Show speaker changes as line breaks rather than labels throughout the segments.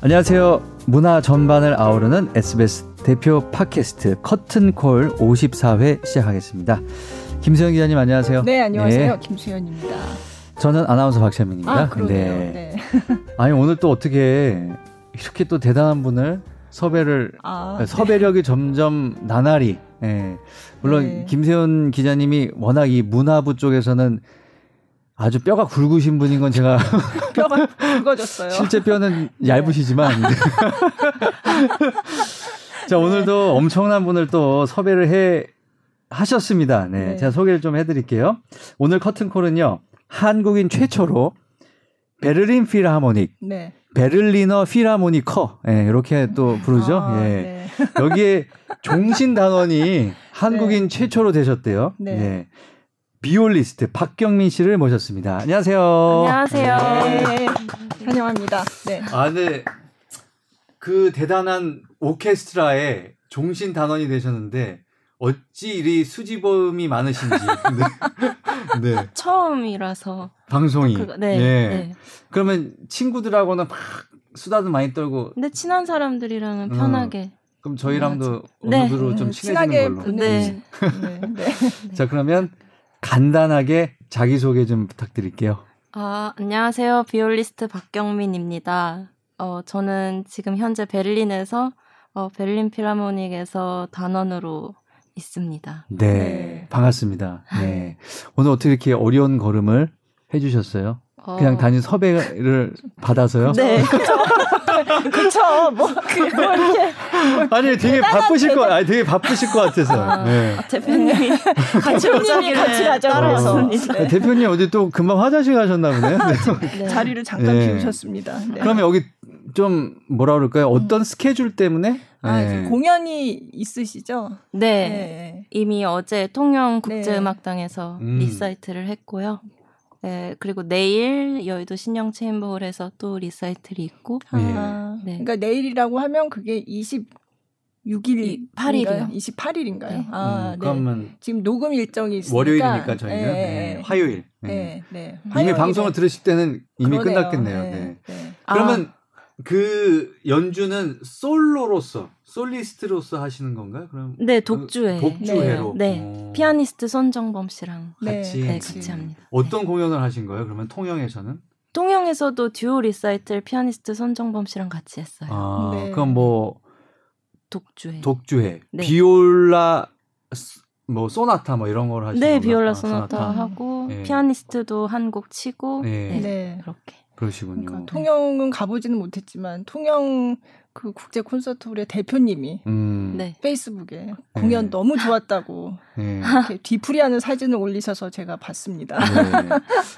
안녕하세요. 문화 전반을 아우르는 SBS 대표 팟캐스트 커튼콜 54회 시작하겠습니다. 김수현 기자님 안녕하세요.
네, 안녕하세요. 김수현입니다.
네. 저는 아나운서 박찬민입니다.
아, 그러네요. 네.
아니 오늘 또 어떻게 이렇게 또 대단한 분을 섭외를
아,
네, 섭외력이 점점 나날이 예. 물론
네.
김세훈 기자님이 워낙 이 문화부 쪽에서는 아주 뼈가 굵으신 분인 건 제가
뼈가 굵어졌어요.
실제 뼈는 얇으시지만 자 오늘도 엄청난 분을 또 섭외를 해 하셨습니다. 네,
네.
제가 소개를 좀 해드릴게요. 오늘 커튼콜은요 한국인 최초로 베를린 필하모닉
네.
베를리너 필하모니커 예, 이렇게 또 부르죠.
아,
예.
네.
여기에 종신 단원이 한국인 최초로 되셨대요.
네.
예. 비올리스트 박경민 씨를 모셨습니다. 안녕하세요.
안녕하세요.
네. 환영합니다. 네.
아, 네. 그 대단한 오케스트라의 종신 단원이 되셨는데 어찌 이리 수지범이 많으신지. 네. 네.
처음이라서
방송이.
그거 네,
예.
네.
그러면 친구들하고는 막 수다도 많이 떨고
근데 친한 사람들이랑은
음.
편하게
그럼 저희랑도
네.
어느덧으로 좀
음,
친해지는
친하게
걸로. 음.
분-
네.
네. 네.
자, 그러면 간단하게 자기 소개 좀 부탁드릴게요.
아, 안녕하세요. 비올리스트 박경민입니다. 어, 저는 지금 현재 베를린에서 어, 베를린 필하모닉에서 단원으로 있습니다.
네.
네.
반갑습니다. 네. 오늘 어떻게 이렇게 어려운 걸음을 해 주셨어요?
어,
그냥 단위 섭외를 받아서요?
네.
그쵸. 뭐, 그걸 이렇게.
아니 되게 바쁘실 것 아니 되게 바쁘실 것 같아서.
아.
네.
대표님이 같이
대표님이 같이
오자기를
가자고
따라서
해서.
네, 대표님 어디 또 금방 화장실 가셨나 보네요. 네.
네.
자리를 잠깐
네.
비우셨습니다. 네.
그러면 여기 좀 뭐라 그럴까요? 어떤 스케줄 때문에?
아, 이제
네.
공연이 있으시죠?
네.
네.
이미 어제 통영
네.
국제음악당에서
음.
리사이트를 했고요. 네, 그리고 내일 여의도 신영 체인볼에서 또 리사이틀이 있고
음,
아,
네.
그러니까 내일이라고 하면 그게 26일,
팔 일이요.
28일인가요?
네.
아,
음,
네.
그러면
지금 녹음 일정이 있으니까.
월요일이니까 저희는
네.
네, 화요일. 네.
네, 네.
이미
화요일에.
방송을 들으실 때는 이미
그러네요.
끝났겠네요. 네.
네.
아,
그러면 그 연주는 솔로로서 솔리스트로서 하시는 건가요? 그럼
네, 독주회.
독주회로. 어.
네.
오.
피아니스트 손정범 씨랑
같이
네,
그치.
같이 합니다.
어떤 공연을 하신 거예요? 그러면 통영에서는?
네. 통영에서도 듀오 리사이틀 피아니스트 손정범 씨랑 같이 했어요.
아,
네.
그럼 뭐
독주회.
독주회,
네.
비올라 스- 뭐 소나타 뭐 이런 걸 하시는
네,
건가?
비올라
아,
소나타 하고
네.
피아니스트도 한 곡 치고
네.
네.
네.
그렇게.
그러시군요. 음.
그러니까 통영은 가보지는 못했지만 통영 그 국제 콘서트홀의 대표님이
음.
네.
페이스북에 공연 너무 좋았다고
네.
이렇게 뒤풀이하는 사진을 올리셔서 제가 봤습니다.
네.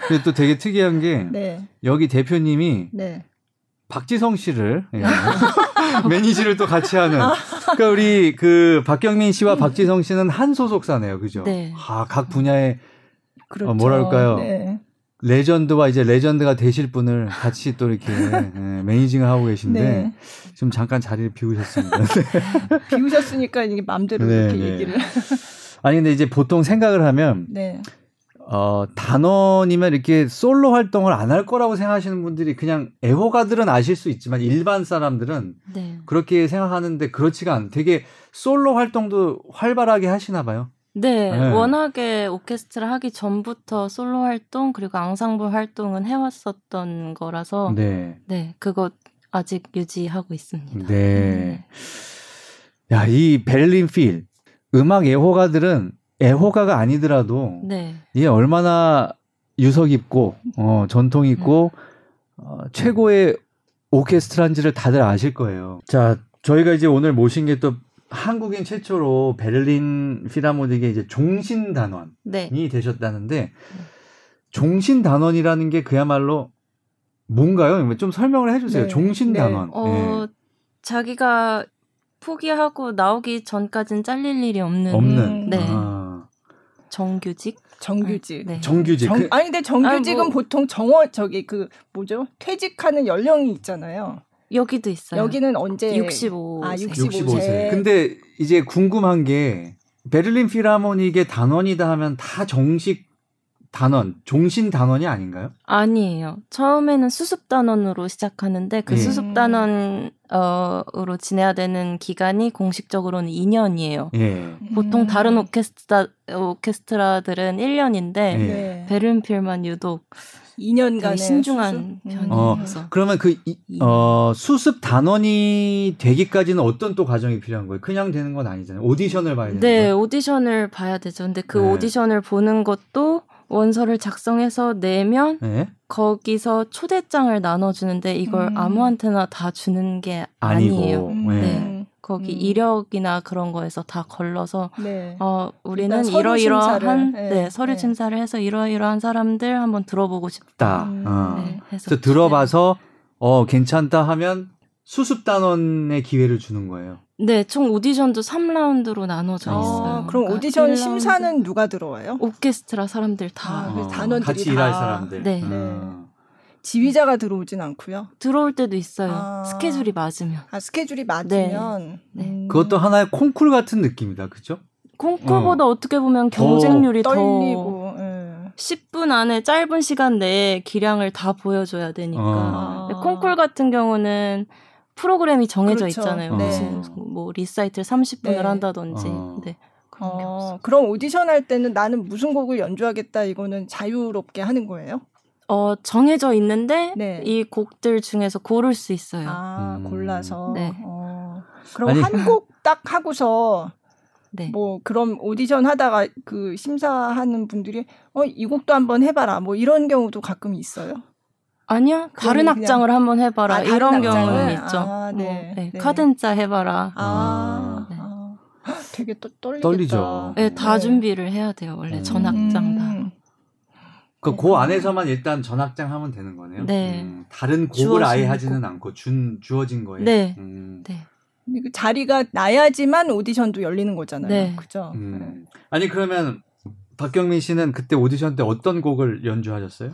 근데 또 되게 특이한 게
네,
여기 대표님이
네,
박지성 씨를 예. 매니지를 또 같이 하는.
아.
그러니까 우리 그 박경민 씨와 박지성 씨는 한 소속사네요, 그죠?
음. 네.
아, 각 분야의
그렇죠.
아, 뭐랄까요?
네,
레전드와 이제 레전드가 되실 분을 같이 또 이렇게 예, 매니징을 하고 계신데
네.
지금 잠깐 자리를 비우셨습니다.
비우셨으니까 이게 마음대로
네,
이렇게
네.
얘기를.
아니 근데 이제 보통 생각을 하면
네,
어, 단원이면 이렇게 솔로 활동을 안 할 거라고 생각하시는 분들이 그냥 애호가들은 아실 수 있지만 일반 사람들은
네.
그렇게 생각하는데 그렇지가 않. 되게 솔로 활동도 활발하게 하시나 봐요.
네,
네.
워낙에 오케스트라 하기 전부터 솔로 활동 그리고 앙상블 활동은 해왔었던 거라서 네,
네.
그거 아직 유지하고 있습니다.
네. 야, 이 베를린 필 음악 애호가들은 애호가가 아니더라도
네,
이게 얼마나 유서 깊고 어, 전통 있고 어, 최고의 오케스트라인지를 다들 아실 거예요. 자, 저희가 이제 오늘 모신 게 또 한국인 최초로 베를린 필하모닉의 이제 종신 단원
네,
이 되셨다는데 종신 단원이라는 게 그야말로 뭔가요? 좀 설명을 해주세요.
네.
종신
네.
단원.
어, 자기가 포기하고 나오기 전까진 잘릴 일이 없는,
없는.
네.
아,
정규직.
정규직.
네.
정규직.
정-
그-
아니 근데 정규직은
아, 뭐.
보통 정원 저기 그 뭐죠 퇴직하는 연령이 있잖아요.
여기도 있어요.
여기는 언제
65.
아,
세.
65.
65세.
65세.
근데 이제 궁금한 게 베를린 필하모닉의 단원이다 하면 다 정식 단원, 종신 단원이 아닌가요?
아니에요. 처음에는 수습 단원으로 시작하는데 그
예.
수습 어, 단원으로 지내야 되는 기간이 공식적으로는 2년이에요.
예.
보통
음.
다른 오케스트라 오케스트라들은 1년인데
예.
네.
베른필만 유독
2년간의
되게 신중한
수습? 음.
어.
편이어서
그러면 그 이- 어, 수습 단원이 되기까지는 어떤 또 과정이 필요한 거예요? 그냥 되는 건 아니잖아요. 오디션을 봐야 되는
네,
거예요.
오디션을 봐야 되죠. 근데 그
네.
오디션을 보는 것도 원서를 작성해서 내면
네.
거기서 초대장을 나눠주는데 이걸
음.
아무한테나 다 주는 게
아니고. 예.
아니에요.
음.
네. 거기
음.
이력이나 그런 거에서 다 걸러서
네.
어
일단
우리는
서류
이러이러한
심사를,
네,
네,
서류
네.
심사를 해서 이러이러한 사람들 한번 들어보고 싶다.
다.
음,
어.
네, 해서
그래서 들어봐서 어 괜찮다 하면 수습 단원의 기회를 주는 거예요.
네, 총 오디션도 3라운드로 나눠져
아,
있어요.
그럼
그러니까
오디션
1라운드
심사는 누가 들어와요?
오케스트라 사람들 다
아,
어,
그래서 단원들이
같이
다-
일할 사람들.
네.
어.
지휘자가 들어오진 않고요.
들어올 때도 있어요.
아.
스케줄이 맞으면
아 스케줄이 맞으면
네.
음.
그것도 하나의 콩쿨 같은 느낌이다, 그죠?
콩쿠보다 어. 떻게 보면 경쟁률이 더,
어. 떨리고. 예.
10분 안에 짧은 시간 내에 기량을 다 보여줘야 되니까
어.
근데 네, 콩쿨 같은 경우는 프로그램이 정해져
그렇죠.
있잖아요.
네.
무슨 뭐 리사이틀 30분을
네.
한다든지
어.
네, 그런 게 없어.
어, 그럼 오디션 할 때는 나는 무슨 곡을 연주하겠다 이거는 자유롭게 하는 거예요?
어 정해져 있는데
네.
이 곡들 중에서 고를 수 있어요.
아
음.
골라서.
네.
어. 그럼
아니-
한 곡 딱 하고서
네.
뭐 그럼 오디션 하다가 그 심사하는 분들이 어 이 곡도 한번 해봐라 뭐 이런 경우도 가끔 있어요.
아니요 다른
그냥-
악장을 한번 해봐라
아, 다른
이런
악장을?
경우는 있죠.
아, 네.
뭐, 네,
네.
카덴자 해봐라.
아,
네.
아. 되게 또 떨리겠다.
떨리죠.
네, 다
네.
준비를 해야 돼요. 원래
음.
전악장 다.
음.
그, 그 안에서만 일단 전학장 하면 되는 거네요.
네.
음, 다른 곡을
주어진
아예 하지는
곡.
않고 준 주어진 거에.
네.
음.
네.
근데 그 자리가 나야지만 오디션도 열리는 거잖아요.
네.
그죠? 네.
음. 아니 그러면 박경민 씨는 그때 오디션 때 어떤 곡을 연주하셨어요?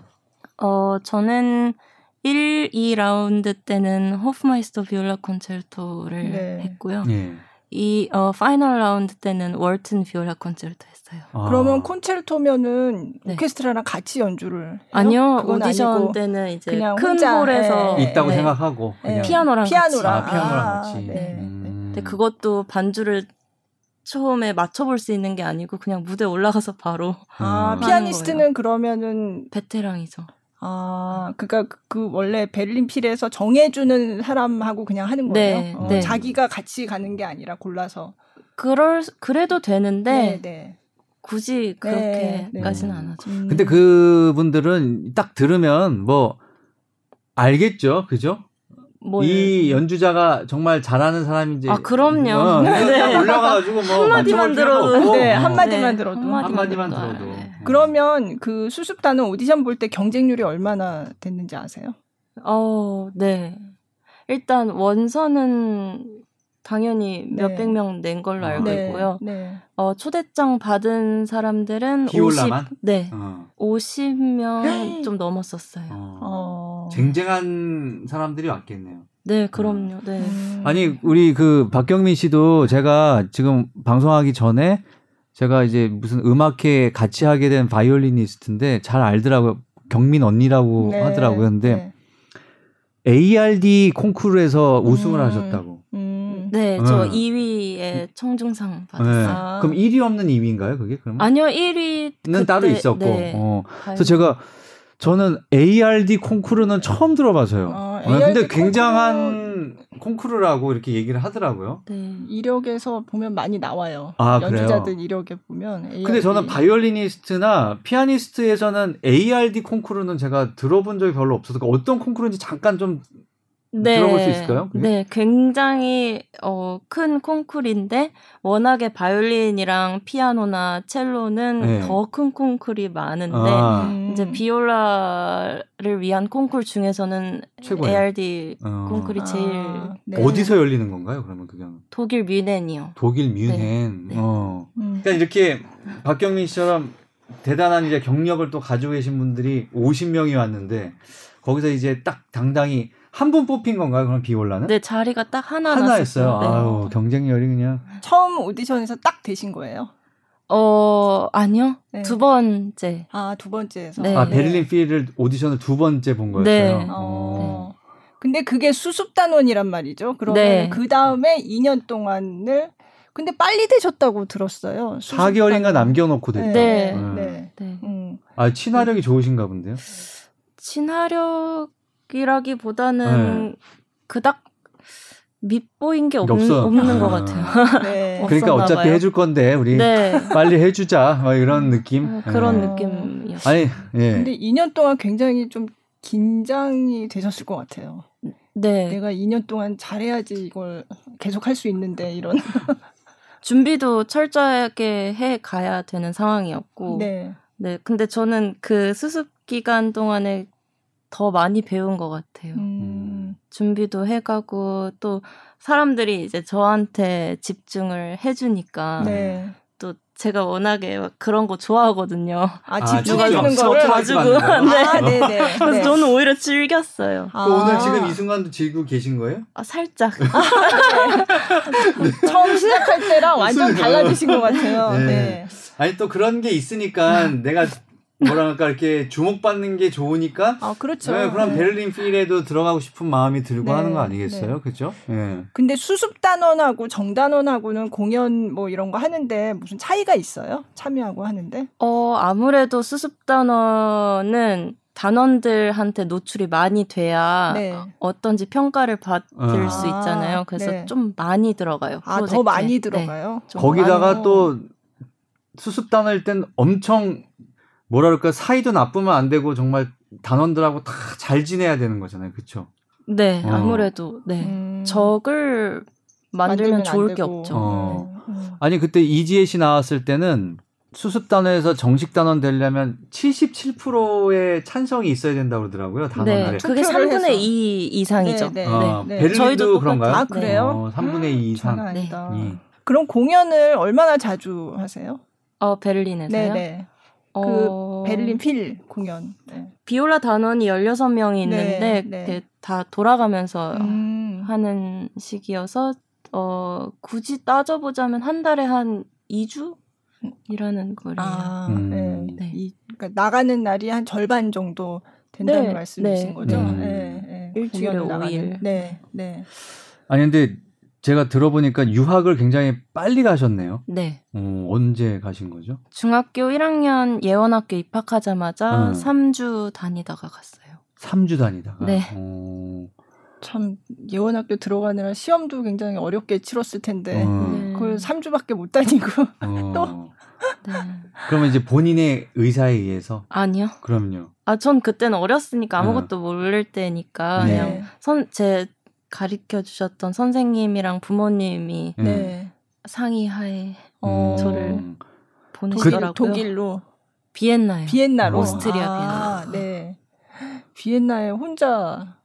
어, 저는 1, 2라운드 때는 호프마이스터 비올라 콘체르토를
네.
했고요.
예.
이 어, 파이널 라운드 때는 월튼 비올라 콘체르토 했어요.
아.
그러면 콘체르토면은
네.
오케스트라랑 같이 연주를 해요?
아니요,
그건
오디션
아니고.
때는 이제
그냥
큰
혼자,
볼에서
예,
있다고
네.
생각하고
네.
그냥
피아노랑
피아노랑.
아, 피아노랑
아,
같이.
네.
음.
근데 그것도 반주를 처음에 맞춰볼 수 있는 게 아니고 그냥 무대 올라가서 바로
아,
음.
피아니스트는
거예요.
그러면은
베테랑이죠.
아, 그러니까 그 원래 베를린 필에서 정해주는 사람하고 그냥 하는 거예요.
네,
어,
네.
자기가 같이 가는 게 아니라 골라서.
그럴 그래도 되는데
네.
굳이
네,
그렇게까지는
네.
안 하죠.
음.
근데 그분들은 딱 들으면 뭐 알겠죠, 그죠?
뭘-
이 연주자가 정말 잘하는 사람인지
아, 그럼요.
어,
네.
올라가가지고 뭐
한마디만
맞춰볼 필요도
들어도.
없고.
네,
어.
한마디만 들어도.
한마디만 들어도.
네.
그러면 그 수습단은 오디션 볼 때 경쟁률이 얼마나 됐는지 아세요?
어, 네. 일단 원서는 당연히
네.
몇백 명 낸 걸로 알고
네.
있고요.
네.
어, 초대장 받은 사람들은
비올라만?
50, 네.
어,
50명 좀 넘었었어요.
어.
어.
쟁쟁한 사람들이 왔겠네요.
네, 그럼요. 네.
음.
아니 우리 그 박경민 씨도 제가 지금 방송하기 전에 제가 이제 무슨 음악회 같이 하게 된 바이올리니스트인데 잘 알더라고요. 경민 언니라고
네,
뭐 하더라고요. 근데
네.
ARD 콩쿠르에서 우승을
음.
하셨다고.
음.
네, 저
네.
2위에 청중상
네.
받았어요.
그럼 1위 없는 2위인가요? 그게 그러면?
아니요, 1위는
는 따로 있었고.
네.
어. 그래서 제가 저는 ARD 콩쿠르는 처음 들어봐서요.
아,
네, 근데
ARD
굉장한 콩쿠르라고 이렇게 얘기를 하더라고요.
네.
이력에서 보면 많이 나와요.
아,
연주자들
그래요?
이력에 보면.
근데 저는
ARD.
바이올리니스트나 피아니스트에서는 ARD 콩쿠르는 제가 들어본 적이 별로 없어서 그 어떤 콩쿠르인지 잠깐 좀 들어볼 수 있을까요? 그게?
네, 굉장히 어, 큰 콩쿨인데 워낙에 바이올린이랑 피아노나 첼로는
네.
더 큰 콩쿨이 많은데
아,
음.
이제 비올라를 위한 콩쿨 중에서는
최고예요.
ARD
어.
콩쿨이
아,
제일
네.
어디서 열리는 건가요? 그러면 그게
독일 뮌헨이요.
독일 뮌헨.
네.
어.
음.
그러니까 이렇게 박경민 씨처럼 대단한 이제 경력을 또 가지고 계신 분들이 50명이 왔는데 거기서 이제 딱 당당히 한 분 뽑힌 건가요? 그럼 비올라는?
근데 자리가 딱 네, 하나
하나였어요.
났었어요. 네.
아유 경쟁률이 그냥
처음 오디션에서 딱 되신 거예요.
어 아니요
네.
두 번째
아, 두 번째에서.
네.
아 베를린 필을 오디션을 두 번째 본 거였어요.
네.
어.
어. 근데 그게 수습단원이란 말이죠. 그러면
네.
그 다음에 2년 동안을 근데 빨리 되셨다고 들었어요.
4개월인가 남겨놓고 됐다.
네.
네.
네.
음.
네.
네
음.
아 친화력이 좋으신가 본데요.
친화력이라기보다는 그닥 밑보인 게 없는
네. 없어.
없는 것
아.
같아요.
네.
없었나
그러니까 어차피
봐요.
해줄 건데 우리
네
빨리 해주자 막 이런 느낌.
어, 그런
예.
네.
느낌이었어요.
아니 예.
근데 2년 동안 굉장히 좀 긴장이 되셨을 것 같아요.
네
내가 2년 동안 잘해야지 이걸 계속 할 수 있는데 이런.
준비도 철저하게 해 가야 되는 상황이었고
네.
네, 근데 저는 그 수습 기간 동안에 더 많이 배운 것 같아요.
음.
준비도 해가고 또 사람들이 이제 저한테 집중을
음.
해주니까
네.
또 제가 워낙에 막 그런 거 좋아하거든요.
아,
누가
집중해주는
저
거를.
도와주고.
아, 네, 네.
그래서
네.
저는 오히려 즐겼어요.
아.
오늘 지금 이 순간도 즐기고 계신 거예요?
아, 살짝.
처음 시작할 때랑 완전 달라지신 것 같아요.
네.
네.
아니 또 그런 게 있으니까 내가 뭐라 할까 이렇게 주목받는 게 좋으니까
아, 그렇죠.
네, 그럼
네.
베를린 필에도 들어가고 싶은 마음이 들고
네,
하는 거 아니겠어요? 그렇죠? 예.
근데 수습 단원하고 정단원하고는 공연 뭐 이런 거 하는데 무슨 차이가 있어요? 참여하고 하는데?
어, 아무래도 수습 단원은 단원들한테 노출이 많이 돼야
네.
어떤지 평가를 받을
아.
수 있잖아요. 그래서
네.
좀 많이 들어가요.
아, 더
프로젝트에.
많이
네,
들어가요.
좀
거기다가
많이-
또 수습 단을 땐 엄청 뭐라 그럴까 사이도 나쁘면 안 되고 정말 단원들하고 다 잘 지내야 되는 거잖아요. 그렇죠?
네,
어.
아무래도 네.
음,
적을
만들면
만들면,
안
좋을 게
되고.
없죠.
어.
음.
아니 그때 이지혜 씨 나왔을 때는 수습 단원에서 정식 단원 되려면 77%의 찬성이 있어야 된다고 그러더라고요. 단원들의.
네, 그게
투표를
3분의
해서.
2 이상이죠.
네,
아,
네.
베를린도
저희도
그런가요?
아, 그래요?
어, 3분의 2 이상.
장난
네.
아니다.
예.
그럼 공연을 얼마나 자주 하세요?
어, 베를린에서요?
네. 그
어,
베를린 필 공연. 네.
비올라 단원이 16명이 있는데
네, 네.
그게 다 돌아가면서
음.
하는 시기여서 어, 굳이 따져보자면 한 달에 한 2주 일하는 거래요.
아,
음.
네.
네.
이, 그러니까 나가는 날이 한 절반 정도 된다는
네,
말씀이신
네.
거죠.
음.
네, 네.
일주일에
공연을 나가는.
오일.
네, 네.
아니 근데 제가 들어보니까 유학을 굉장히 빨리 가셨네요.
네.
어, 언제 가신 거죠?
중학교 1학년 예원학교 입학하자마자
음.
3주 다니다가 갔어요.
3주 다니다가.
네.
어,
참 예원학교 들어가느라 시험도 굉장히 어렵게 치렀을 텐데
어,
네.
그걸 3주밖에 못 다니고
어.
또?
네.
그러면 이제 본인의 의사에 의해서
아니요.
그럼요.
아, 전 그때는 어렸으니까 아무것도 모를 때니까
음. 네.
그냥 선, 제 가르쳐 주셨던 선생님이랑 부모님이
예.
네. 네.
상의하에
음.
어,
저를
독일,
보내시더라고요.
독일로
비엔나요.
비엔나로
오스트리아
아, 네. 비엔나에 혼자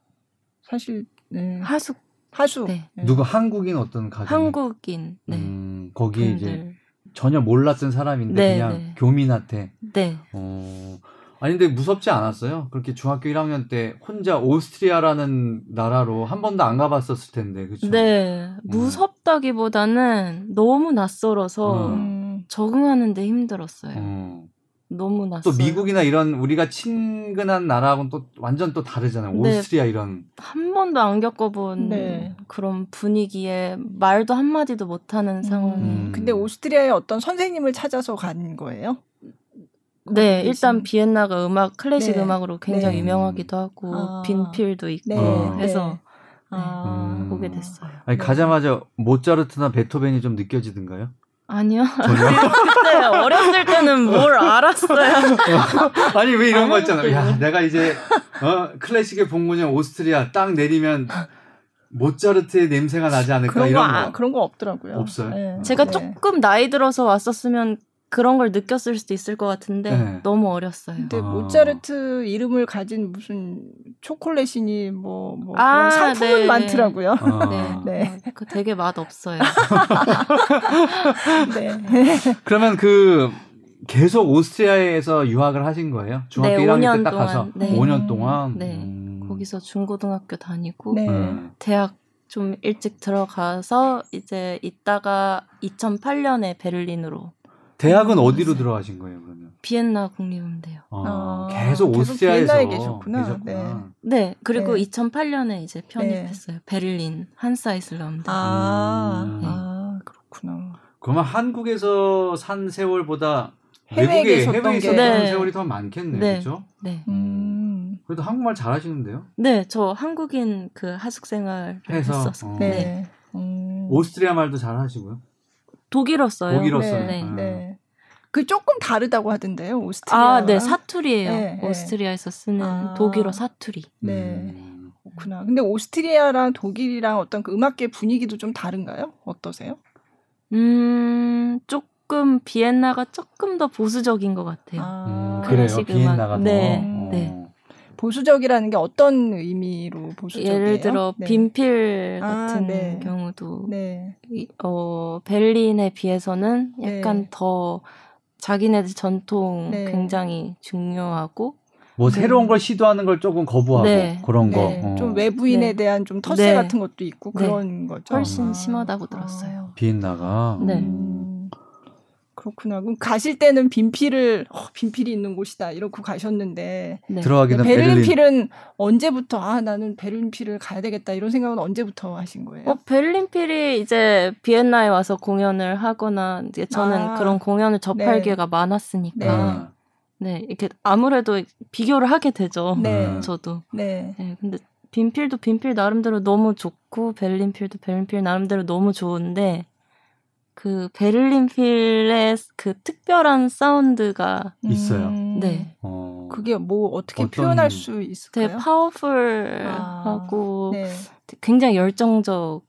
사실 네.
아,
하숙
하수
네.
네.
누구 한국인 어떤 가정?
한국인 네.
네. 음, 거기에 이제
분들.
전혀 몰랐던 사람인데
네,
그냥
네.
교민한테.
네.
어. 아니 근데 무섭지 않았어요? 그렇게 중학교 1학년 때 혼자 오스트리아라는 나라로 한 번도 안 가봤었을 텐데, 그렇죠?
네. 무섭다기보다는 너무 낯설어서
음.
적응하는데 힘들었어요.
또
너무 낯설.
미국이나 이런 우리가 친근한 나라하고는 또 완전 또 다르잖아요.
네.
오스트리아 이런.
한 번도 안 겪어본
네.
그런 분위기에 말도 한 마디도 못하는 상황에
음.
근데 오스트리아에 어떤 선생님을 찾아서 간 거예요?
네,
거기
일단
계신-
비엔나가 음악 클래식
네.
음악으로 굉장히
네.
유명하기도 하고
아.
빈필도 있고
네.
어.
해서
아.
음.
보게 됐어요.
아니
네.
가자마자 모차르트나 베토벤이 좀 느껴지던가요?
아니요.
전혀.
그때 네, 어렸을 때는 뭘 알았어요.
아니 왜 이런 거
아무것도
있잖아. 야, 내가 이제 어, 클래식의 본고장 오스트리아 딱 내리면 모차르트의 냄새가 나지 않을까
그런 거,
그러니까 이런
아-
거.
그런 거 없더라고요.
없어요? 아,
네.
제가
네.
조금 나이 들어서 왔었으면 그런 걸 느꼈을 수도 있을 것 같은데
네.
너무 어렸어요.
근데
아.
모차르트 이름을 가진 무슨 초콜릿이니 뭐, 뭐
아,
그런 상품은
네.
많더라고요.
아,
네.
네.
어, 그 되게 맛 없어요.
네.
그러면 그 계속 오스트리아에서 유학을 하신 거예요? 중학교
네,
1학년
5년
때 딱 가서
동안. 네.
5년 동안.
네.
음.
거기서 중고등학교 다니고
네.
음.
대학 좀 일찍 들어가서 이제 있다가 2008년에 베를린으로
대학은
음,
어디로
맞아요.
들어가신 거예요 그러면?
비엔나 국립음대요.
아,
아,
계속
계속
오스트리아에서
비엔나에 계셨구나.
계셨구나.
네, 그리고
네.
2008년에 이제 편입했어요. 베를린 한사이슬럼대.
아,
음.
아 그렇구나.
그러면 한국에서 산 세월보다
해외에
외국에
계셨던
해외에서
게.
산
네.
세월이 더 많겠네요,
네.
그렇죠?
네,
음.
그래도 한국말 잘하시는데요?
네, 저 한국인 그 하숙 생활을
해서
했었어요.
어.
네.
네.
음.
오스트리아 말도 잘하시고요.
독일어 써요.
독일어
네,
써요.
네.
아.
네. 그 조금 다르다고 하던데요, 오스트리아.
아, 네, 사투리예요.
네, 네.
오스트리아에서 쓰는
아.
독일어 사투리.
네.
음.
그렇구나. 근데 오스트리아랑 독일이랑 어떤 그 음악계 분위기도 좀 다른가요? 어떠세요?
음, 조금 비엔나가 조금 더 보수적인 것
음,
같아요.
아,
그래요.
클래식 네. 음악.
비엔나가 더.
네,
어.
네.
보수적이라는 게 어떤 의미로 보수적이에요?
예를 들어
네.
빈필
아,
같은
네.
경우도
네.
이- 어, 베를린에 비해서는
네.
약간 더 자기네들 전통
네.
굉장히 중요하고
뭐
음.
새로운 걸 시도하는 걸 조금 거부하고
네.
그런 거.
네.
어.
좀 외부인에
네.
대한 좀 터세
네.
같은 것도 있고
네.
그런 거죠.
훨씬
아.
심하다고 들었어요.
비엔나가.
네.
음.
음, 그렇구나. 그럼 가실 때는 빈필을 어, 빈필이 있는 곳이다 이러고 가셨는데
네.
들어가기는 베를린.
베를린필은 언제부터 아 나는 베를린필을 가야 되겠다 이런 생각은 언제부터 하신 거예요?
어, 베를린필이 이제 비엔나에 와서 공연을 하거나 이제 저는
아.
그런 공연을 접할
네.
기회가 많았으니까
네.
네.
아.
이렇게 아무래도 비교를 하게 되죠.
네,
음.
저도
네,
네, 근데 빈필도 빈필 나름대로 너무 좋고 베를린필도 베를린필 나름대로 너무 좋은데 그 베를린필의 그 특별한 사운드가
있어요.
음,
네.
어.
그게 뭐 어떻게
어떤-
표현할 수
되게
있을까요?
파워풀하고
네.
굉장히 열정적으로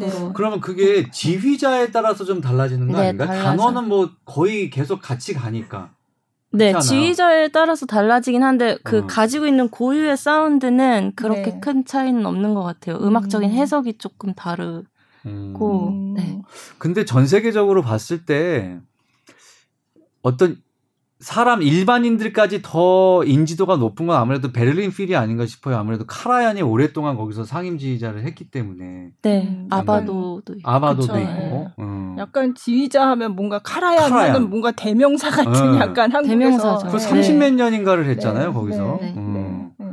네.
그러면 그게 지휘자에 따라서 좀 달라지는 거
네,
아닌가?
달라져요.
단어는 뭐 거의 계속 같이 가니까.
네,
그렇지 않아요?
지휘자에 따라서 달라지긴 한데 그
음.
가지고 있는 고유의 사운드는 그렇게
네.
큰 차이는 없는 것 같아요. 음악적인
음.
해석이 조금 다르고
음.
음.
네.
근데 전 세계적으로 봤을 때 어떤 사람 일반인들까지 더 인지도가 높은 건 아무래도 베를린 필이 아닌가 싶어요. 아무래도 카라얀이 오랫동안 거기서 상임지휘자를 했기 때문에
네,
음.
아바도도 있고.
아바도도
그쵸,
있고 음.
약간 지휘자 하면 뭔가 카라야
카라야.
하면 뭔가 대명사 같은
네.
약간 한국에서
대명사죠.
그
네.
30몇 년인가를 했잖아요
네,
거기서.
네, 네,
음.
네.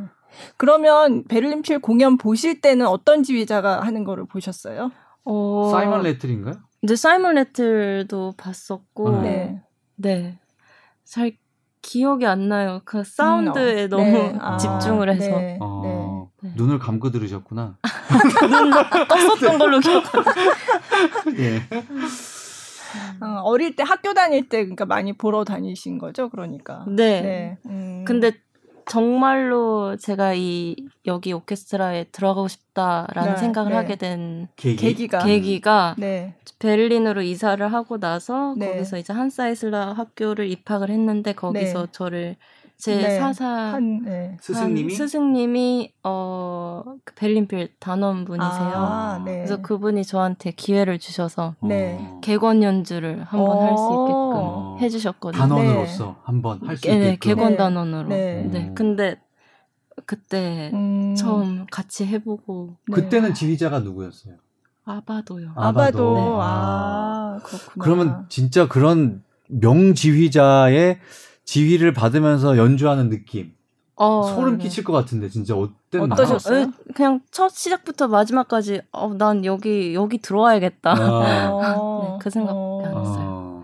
그러면 베를린필 공연 보실 때는 어떤 지휘자가 하는 거를 보셨어요? 네.
어,
사이먼 레틀인가요?
이제 사이먼 레틀도 봤었고,
음.
네. 잘 기억이 안 나요. 그
음,
사운드에
어.
너무
네. 아,
집중을 해서
네,
어,
네.
눈을 감고 들으셨구나.
떴었던 걸로
네.
기억.
아,
예.
네. 어, 어릴 때 학교 다닐 때 그러니까 많이 보러 다니신 거죠, 그러니까.
네.
네. 음.
근데 정말로 제가 이 여기 오케스트라에 들어가고 싶다라는
네,
생각을
네. 아.
하게 된
계기가
음.
계기가
네.
베를린으로 이사를 하고 나서
네.
거기서 이제 한사이슬라 학교를 입학을 했는데 거기서
네.
저를 제
네.
사사 한
한 네.
스승님이
스승님이 어그 베를린필 단원분이세요.
아, 네.
그래서 그분이 저한테 기회를 주셔서
네.
어,
객원 연주를 한번 할 수
어.
있게끔 해주셨거든요.
단원으로서 한번 할 수
네, 네,
있게끔. 음.
객원
네.
단원으로.
네.
네. 근데 그때
음.
처음 같이 해보고
네.
그때는 지휘자가 누구였어요?
아바도요.
아,
아바도.
아바도. 네.
아, 그렇구나.
그러면 진짜 그런 명지휘자의 지휘를 받으면서 연주하는 느낌
어,
소름
네.
끼칠 것 같은데 진짜 어땠
어떠셨어요?
어, 그냥 첫 시작부터 마지막까지 어, 난 여기 여기 들어와야겠다.
아,
어.
네, 그 생각밖에 안
어.
했어요.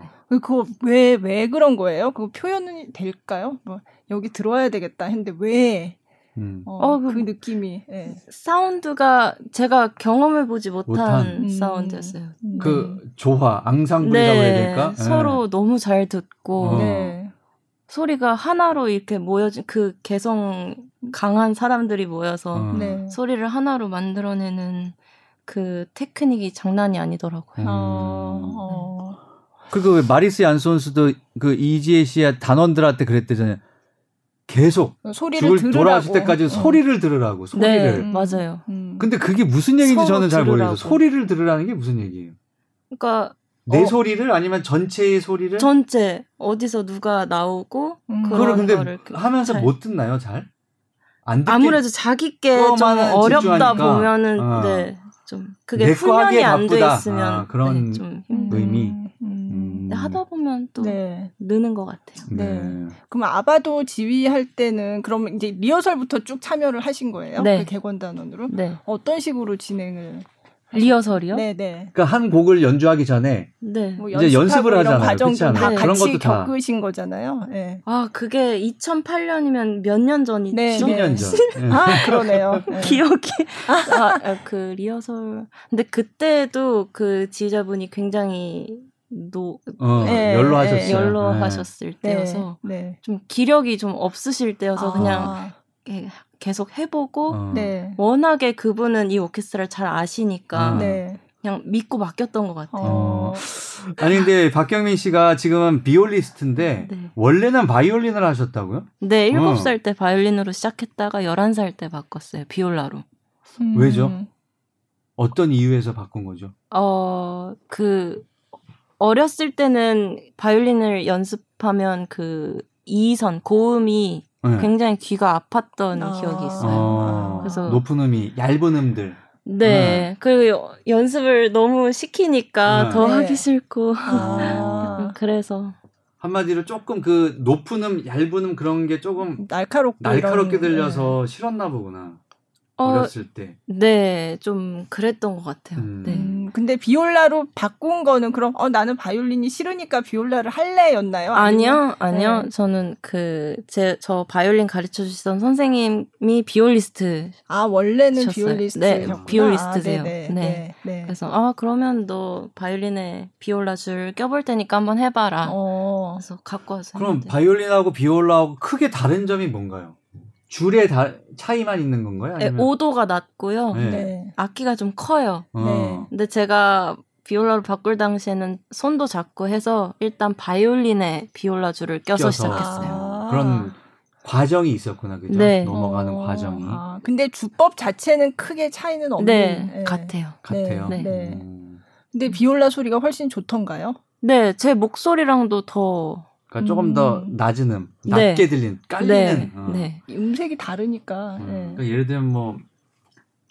어.
그거 왜, 왜 그런 거예요? 그거 표현이 될까요? 뭐, 여기 들어와야 되겠다 했는데 왜?
음.
어,
어,
그,
그-
느낌이. 예.
사운드가 제가 경험해 보지 못한
못한.
사운드였어요. 네,
음.
그 조화 앙상블이라고 해야 될까? 예.
서로 너무 잘 듣고
어.
네.
소리가 하나로 이렇게 모여진 그 개성 강한 사람들이 모여서
어.
네.
소리를 하나로 만들어내는 그 테크닉이 장난이 아니더라고요.
음.
어, 어.
그리고 왜 마리스 얀손스도 그 이지혜 씨의 단원들한테 그랬대잖아요. 계속
그 소리를
죽을
들으라고.
돌아오실 때까지
음.
소리를 들으라고 소리를.
네, 맞아요.
음.
근데 그게 무슨 얘기인지
서로
저는 잘 모르겠어요.
들으라고.
소리를 들으라는 게 무슨 얘기예요?
그러니까
내
어.
소리를 아니면 전체의 소리를
전체 어디서 누가 나오고
음.
그걸
그런
근데
거를 그-
하면서
잘-
못 듣나요, 잘? 안 듣게
아무래도 자기 게 좀
그거만 집중하니까.
어렵다 보면은
어.
네, 좀 그게
내거 하기에
훈련이 안 돼
바쁘다.
있으면
아, 그런
네, 좀 힘들.
의미.
음. 음.
근데 하다 보면 또
네.
느는 것 같아요.
네. 그럼 아바도 지휘할 때는 그럼 이제 리허설부터 쭉 참여를 하신 거예요?
네.
그 개건단원으로
음.
네.
어떤 식으로 진행을?
리허설이요?
네, 네.
그러니까 한 곡을 연주하기 전에
네.
뭐
이제
연습하고
연습을
이런
하잖아요.
과정
그렇지 않아요?
다
네.
그런
같이
것도 다.
겪으신 거잖아요. 네.
아, 그게 2008년이면 몇 년 전이죠?
네,
12년 전. 예.
아 그러네요. 네.
기억이 아, 아, 그 리허설 근데 그때도 그 지휘자분이 굉장히 노
어,
예,
네.
열로
예,
하셨어요.
열로
예.
하셨을 때여서
네.
좀 기력이 좀 없으실 때여서
아,
그냥 예, 계속 해보고
어.
네.
워낙에 그분은 이 오케스트라를 잘
아.
아시니까
네.
그냥 믿고 맡겼던 것 같아요.
어.
어. 아니 근데 박경민 씨가 지금은 비올리스트인데
네.
원래는 바이올린을 하셨다고요?
네,
어.
7살 때 바이올린으로 시작했다가 11살 때 바꿨어요. 비올라로.
음.
왜죠? 어떤 이유에서 바꾼 거죠?
어, 그, 어렸을 때는 바이올린을 연습하면 그 이선, 고음이
예.
굉장히 귀가 아팠던
아.
기억이 있어요.
어,
그래서-
높은 음이 얇은 음들
네. 그리고 여- 연습을 너무 시키니까
네.
더
네.
하기 싫고. 음,
아,
그래서.
한마디로 조금 그 높은 음, 얇은 음 그런 게 조금
날카롭고
날카롭게
이런,
들려서 싫었나 보구나
네. 어,
어렸을 때.
네. 좀 그랬던 것 같아요.
음.
네.
네.
음, 근데 비올라로 바꾼 거는 그럼 어 나는 바이올린이 싫으니까 비올라를 할래였나요? 아니면- 네.
아니요, 아니요. 저는 그, 제, 저 바이올린 가르쳐 주시던 선생님이 비올리스트.
아 원래는
셨어요.
비올리스트.
네,
비올리스트세요.
아, 네. 네.
네.
네.
그래서, 아, 그러면 너 바이올린에 비올라 줄 껴볼 테니까 한번 해봐라.
어.
그래서 갖고 와서.
그럼
했는데.
바이올린하고 비올라하고 크게 다른 점이 뭔가요? 줄의 다, 차이만 있는 건가요?
네,
아니면
오도가 낮고요.
네.
네.
악기가 좀 커요.
어,
네.
근데 제가 비올라로 바꿀 당시에는 손도 작고 해서 일단 바이올린에 비올라 줄을 껴서,
껴서. 아.
시작했어요.
그런 과정이 있었구나 그죠?
네.
넘어가는
어,
과정이
아, 근데 주법 자체는 크게 차이는
아.
없는.
네,
예.
같아요.
같아요.
네,
네.
음.
근데 비올라 소리가 훨씬 좋던가요?
네, 제 목소리랑도 더.
그러니까 조금 더
음.
낮은 음,
네.
낮게 들린,
네,
깔리는. 어.
네.
음색이 다르니까.
음,
예.
그러니까 예를 들면 뭐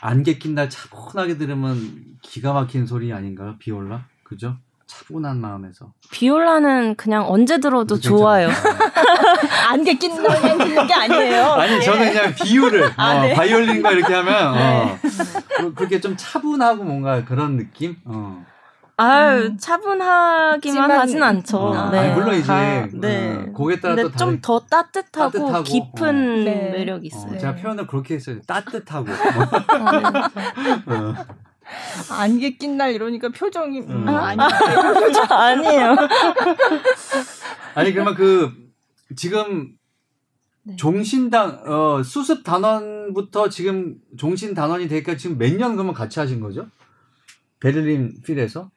안개 낀 날 차분하게 들으면 기가 막힌 소리 아닌가요? 비올라 그죠? 차분한 마음에서
비올라는 그냥 언제 들어도
괜찮아요.
좋아요.
안개 끼는 건 그냥 끼는 게 아니에요.
아니
네.
저는 그냥 비율을
아,
어,
네.
바이올린과 이렇게 하면
네.
어, 그- 그렇게 좀 차분하고 뭔가 그런 느낌. 어.
아유,
음.
차분하기만
하지만-
하진 않죠.
어,
네.
아니, 물론 이제
다- 네.
어, 곡에 따라 또
근데 좀
다른.
더 따뜻하고,
따뜻하고,
깊은
어. 네.
매력이
어,
있어요. 아,
제가 표현을 그렇게 했어요. 따뜻하고. 뭐. 어.
안개 낀 날 이러니까 표정이
음.
음, 아니.
어,
아니에요.
아니 그러면 그 지금
네.
종신단 어, 수습 단원부터 지금 종신 단원이 되니까 지금 몇 년 그러면 같이 하신 거죠? 베를린 필에서?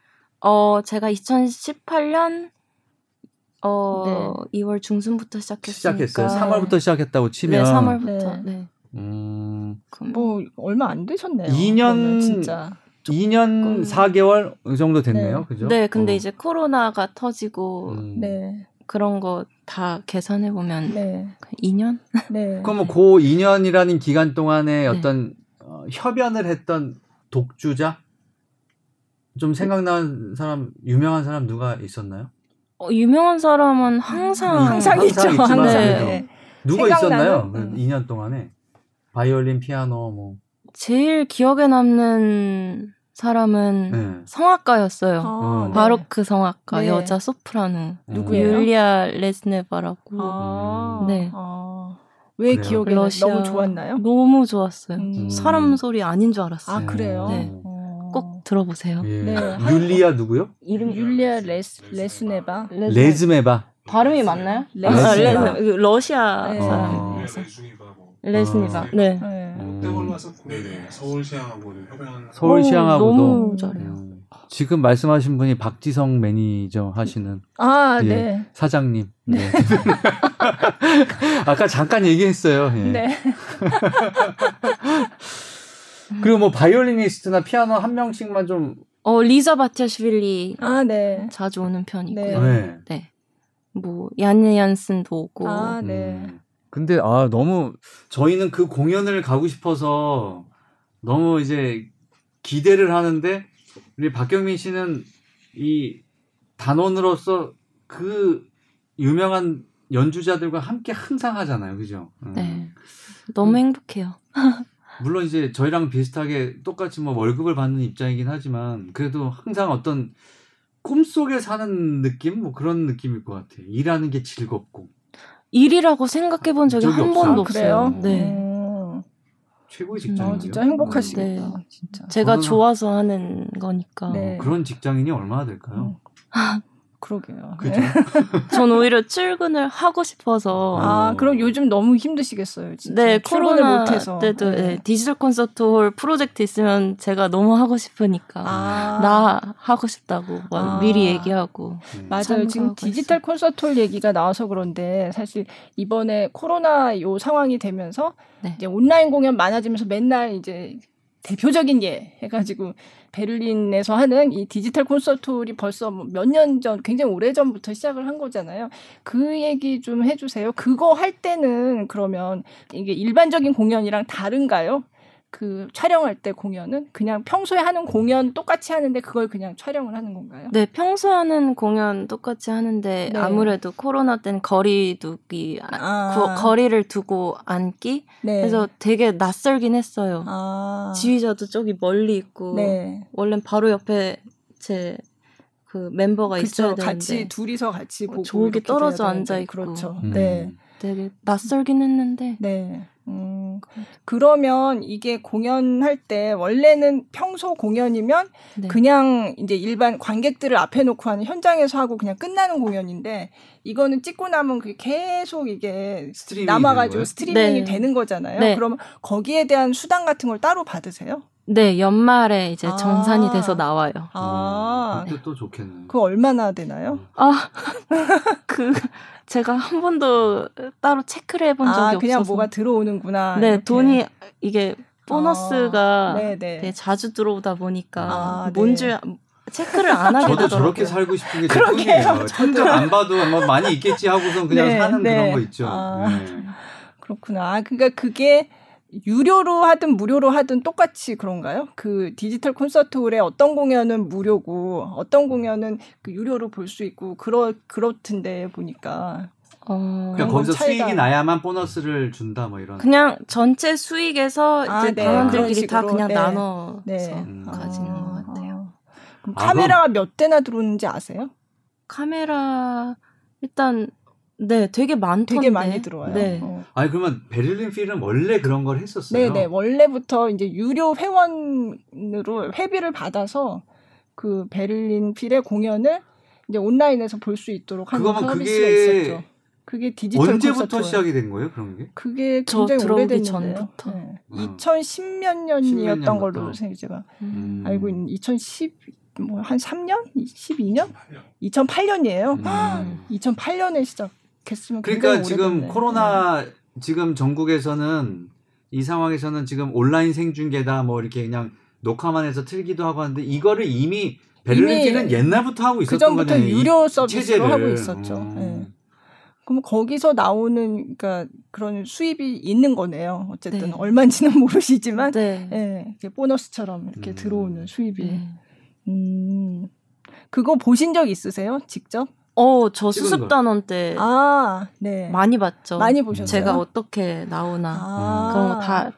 어, 제가 2018년 어,
네.
2월 중순부터 시작했으니까
시작했어요. 3월부터 시작했다고
네,
치면
3월부터. 네.
음,
그럼
뭐 얼마 안 되셨네요.
이 년-
그러면 진짜.
2년
조금-
4개월 이 정도 됐네요.
네.
그죠?
네, 근데
어.
이제 뭐 코로나가 터지고
음.
네.
그런 거 다 계산해 보면 그
네.
2년?
네.
그럼 고 2년이라는 기간
네.
동안에 어떤 어, 협연을 했던 독주자 좀 생각나는 사람 유명한 사람 누가 있었나요?
어, 유명한 사람은 항상
항상,
음, 항상
있죠.
있지만
그래도.
네.
누가
생각나는?
있었나요? 그
음.
2년 동안에 바이올린, 피아노 뭐.
제일 기억에 남는 사람은
음.
네.
성악가였어요.
아, 네.
바로 그 성악가
네.
여자 소프라노
네. 음.
누구예요?
율리아 레스네바라고
아,
네.
아. 왜
그래요?
기억에 나-
러시아 음.
너무 좋았나요?
너무 좋았어요.
음.
사람 소리 아닌 줄 알았어요.
아 그래요.
네.
어.
꼭 들어보세요.
예.
네.
율리아 누구요?
이름
율리아 레스 레스네바.
레즈메바.
발음이 맞나요?
레-
아, 레-
레스니바.
그 러시아
네.
사람
어.
레스니바.
어.
네.
네.
롯데월드 뭐 와서 네네 서울시향하고 협연
서울 시향하고도
너무 잘해요.
음, 지금 말씀하신 분이 박지성 매니저 하시는
아
예.
네.
사장님. 네. 아까 잠깐 얘기했어요. 예.
네.
그리고 뭐 바이올리니스트나 피아노 한 명씩만 좀
어 리자 바티아슈빌리
아 네.
자주 오는
네.
편이고요. 네.
네.
뭐 야네 얀슨도 오고.
아 네.
음.
근데 아 너무
저희는 그 공연을 가고 싶어서 너무 이제 기대를 하는데 우리 박경민 씨는 이 단원으로서 그 유명한 연주자들과 함께 항상 하잖아요, 그죠? 음.
네. 너무 행복해요.
물론 이제 저희랑 비슷하게 똑같이 뭐 월급을 받는 입장이긴 하지만 그래도 항상 어떤 꿈속에 사는 느낌 뭐 그런 느낌일 것 같아요. 일하는 게 즐겁고
일이라고 생각해 본 적이
적이
한
없어요?
번도
아,
그래요?
없어요. 네.
음.
최고의
음,
직장이에요.
아, 진짜 행복하시겠다.
음.
네.
진짜.
제가
저는-
좋아서 하는 거니까.
네.
어, 그런 직장인이 얼마나 될까요?
그러게요.
그죠?
네.
전 오히려 출근을 하고 싶어서
아, 그럼 요즘 너무 힘드시겠어요. 진짜.
음. 네,
출근을
코로나
못해서.
때도 네, 디지털 콘서트 홀 프로젝트 있으면 제가 너무 하고 싶으니까
아,
나 하고 싶다고 막
아.
미리 얘기하고
음.
맞아요.
참가하고
지금 디지털 콘서트홀 얘기가 나와서 그런데 사실 이번에 코로나 요 상황이 되면서
네.
이제 온라인 공연 많아지면서 맨날 이제 대표적인 예 해가지고 베를린에서 하는 이 디지털 콘서트홀이 벌써 뭐 몇 년 전, 굉장히 오래 전부터 시작을 한 거잖아요. 그 얘기 좀 해주세요. 그거 할 때는 그러면 이게 일반적인 공연이랑 다른가요? 그 촬영할 때 공연은 그냥 평소에 하는 공연 똑같이 하는데 그걸 그냥 촬영을 하는 건가요?
네, 평소 하는 공연 똑같이 하는데
네.
아무래도 코로나 때는 거리 두기 아, 거- 거리를 두고 앉기
네.
그래서 되게 낯설긴 했어요.
아.
지휘자도 저기 멀리 있고
네.
원래 바로 옆에 제 그 멤버가 있어야
그렇죠.
되는데
같이 둘이서 같이 보고
저기
이렇게
떨어져
돼야 되는데.
앉아 있고.
그렇죠.
음.
네.
되게 낯설긴 했는데
네. 음, 그러면 이게 공연할 때 원래는 평소 공연이면
네.
그냥 이제 일반 관객들을 앞에 놓고 하는 현장에서 하고 그냥 끝나는 공연인데 이거는 찍고 나면 그게 계속 이게
스트리밍이
남아가지고
되는
스트리밍이
네.
되는 거잖아요.
네.
그럼 거기에 대한 수당 같은 걸 따로 받으세요?
네, 연말에 이제
아.
정산이 돼서 나와요.
거예요?
아,
어, 그때 또 좋겠네.
그거 얼마나 되나요?
아, 그 제가 한 번도 따로 체크를 해본 적이
아,
없어서.
그냥 뭐가 들어오는구나.
네,
이렇게.
돈이 아, 이게 보너스가
네, 네.
되게 자주 들어오다 보니까
아, 네.
뭔줄 체크를 안 하게
저도
되더라고요.
저렇게 살고 싶은 게 제
그러게요.
꿈이에요. 천장 안 봐도 아마 많이 있겠지 하고선 그냥
네,
사는
네.
그런 거 있죠.
아.
네.
그렇구나. 아, 그러니까 그게 유료로 하든 무료로 하든 똑같이 그런가요? 그 디지털 콘서트홀에 어떤 공연은 무료고 어떤 공연은 그 유료로 볼 수 있고 그렇 그렇던데 보니까
어,
그러니까
그런 거-
그냥,
거기서
차이가-
수익이 나야만 보너스를 준다 뭐 이런.
그
전체 수익에서
아,
이제
네. 그런
단원들끼리 다
식으로,
그냥
네.
나눠서
네
음.
가지는
아,
것 같아요.
그럼
아,
카메라가 몇 대나 들어오는지 아세요?
카메라 일단 네 되게 많던데
되게 많이 들어와요.
네.
어.
아니 그러면 베를린 필은 원래 그런 걸 했었어요.
네네 원래부터 이제 유료 회원으로 회비를 받아서 그 베를린 필의 공연을 이제 온라인에서 볼 수 있도록 하는
그거면
서비스가
그게
있었죠. 그게 디지털
언제부터
콘서트예요.
시작이 된 거예요, 그런 게?
그게
저
굉장히
들어오기
오래됐는데요.
전부터.
네.
음.
2010몇
10몇
년이었던
년부터.
걸로 생- 제가
음.
알고 있는 2010뭐한 3년, 12년,
8년.
2008년이에요.
음.
2008년에 시작했으면
그러니까
굉장히
지금
오래됐네.
코로나 지금 전국에서는 이 상황에서는 지금 온라인 생중계다 뭐 이렇게 그냥 녹화만 해서 틀기도 하고 하는데 이거를 이미 베를린
이미
필은 옛날부터 하고
그
있었던
전부터
거잖아요. 이
유료 서비스로
체제를.
하고 있었죠.
음.
네. 그럼 거기서 나오는 그러니까 그런 수입이 있는 거네요. 어쨌든
네.
얼마인지는 모르시지만
네.
예, 이렇게 보너스처럼 이렇게
음.
들어오는 수입이.
네.
음. 그거 보신 적 있으세요? 직접?
어, 저
찍은
수습
걸.
단원 때
아, 네.
많이 봤죠.
많이 보셨어요.
제가 어떻게 나오나
아,
그런 거 다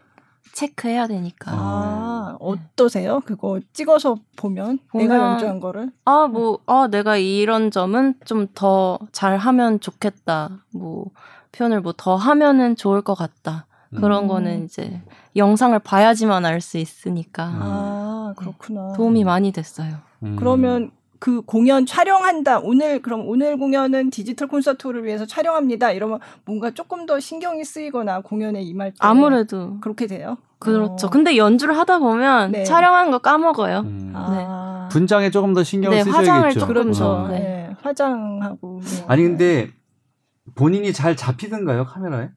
체크해야 되니까.
아, 어떠세요? 그거 찍어서 보면,
보면-
내가 연주한 거를.
아, 뭐, 아, 내가 이런 점은 좀 더 잘하면 좋겠다. 뭐, 표현을 뭐 더 하면은 좋을 것 같다. 그런
음.
거는 이제 영상을 봐야지만 알 수 있으니까
아, 그렇구나.
도움이 많이 됐어요.
음.
그러면 그 공연 촬영한다. 오늘 그럼 오늘 공연은 디지털 콘서트를 위해서 촬영합니다. 이러면 뭔가 조금 더 신경이 쓰이거나 공연에 임할 때
아무래도
그렇게 돼요.
그렇죠.
어.
근데 연주를 하다 보면
네.
촬영하는 거 까먹어요.
음.
아,
분장에 조금 더 신경을
네,
쓰셔야겠죠.
화장을 조금
그렇죠.
어.
네.
예, 화장하고. 뭐.
아니 근데 본인이 잘 잡히던가요 카메라에?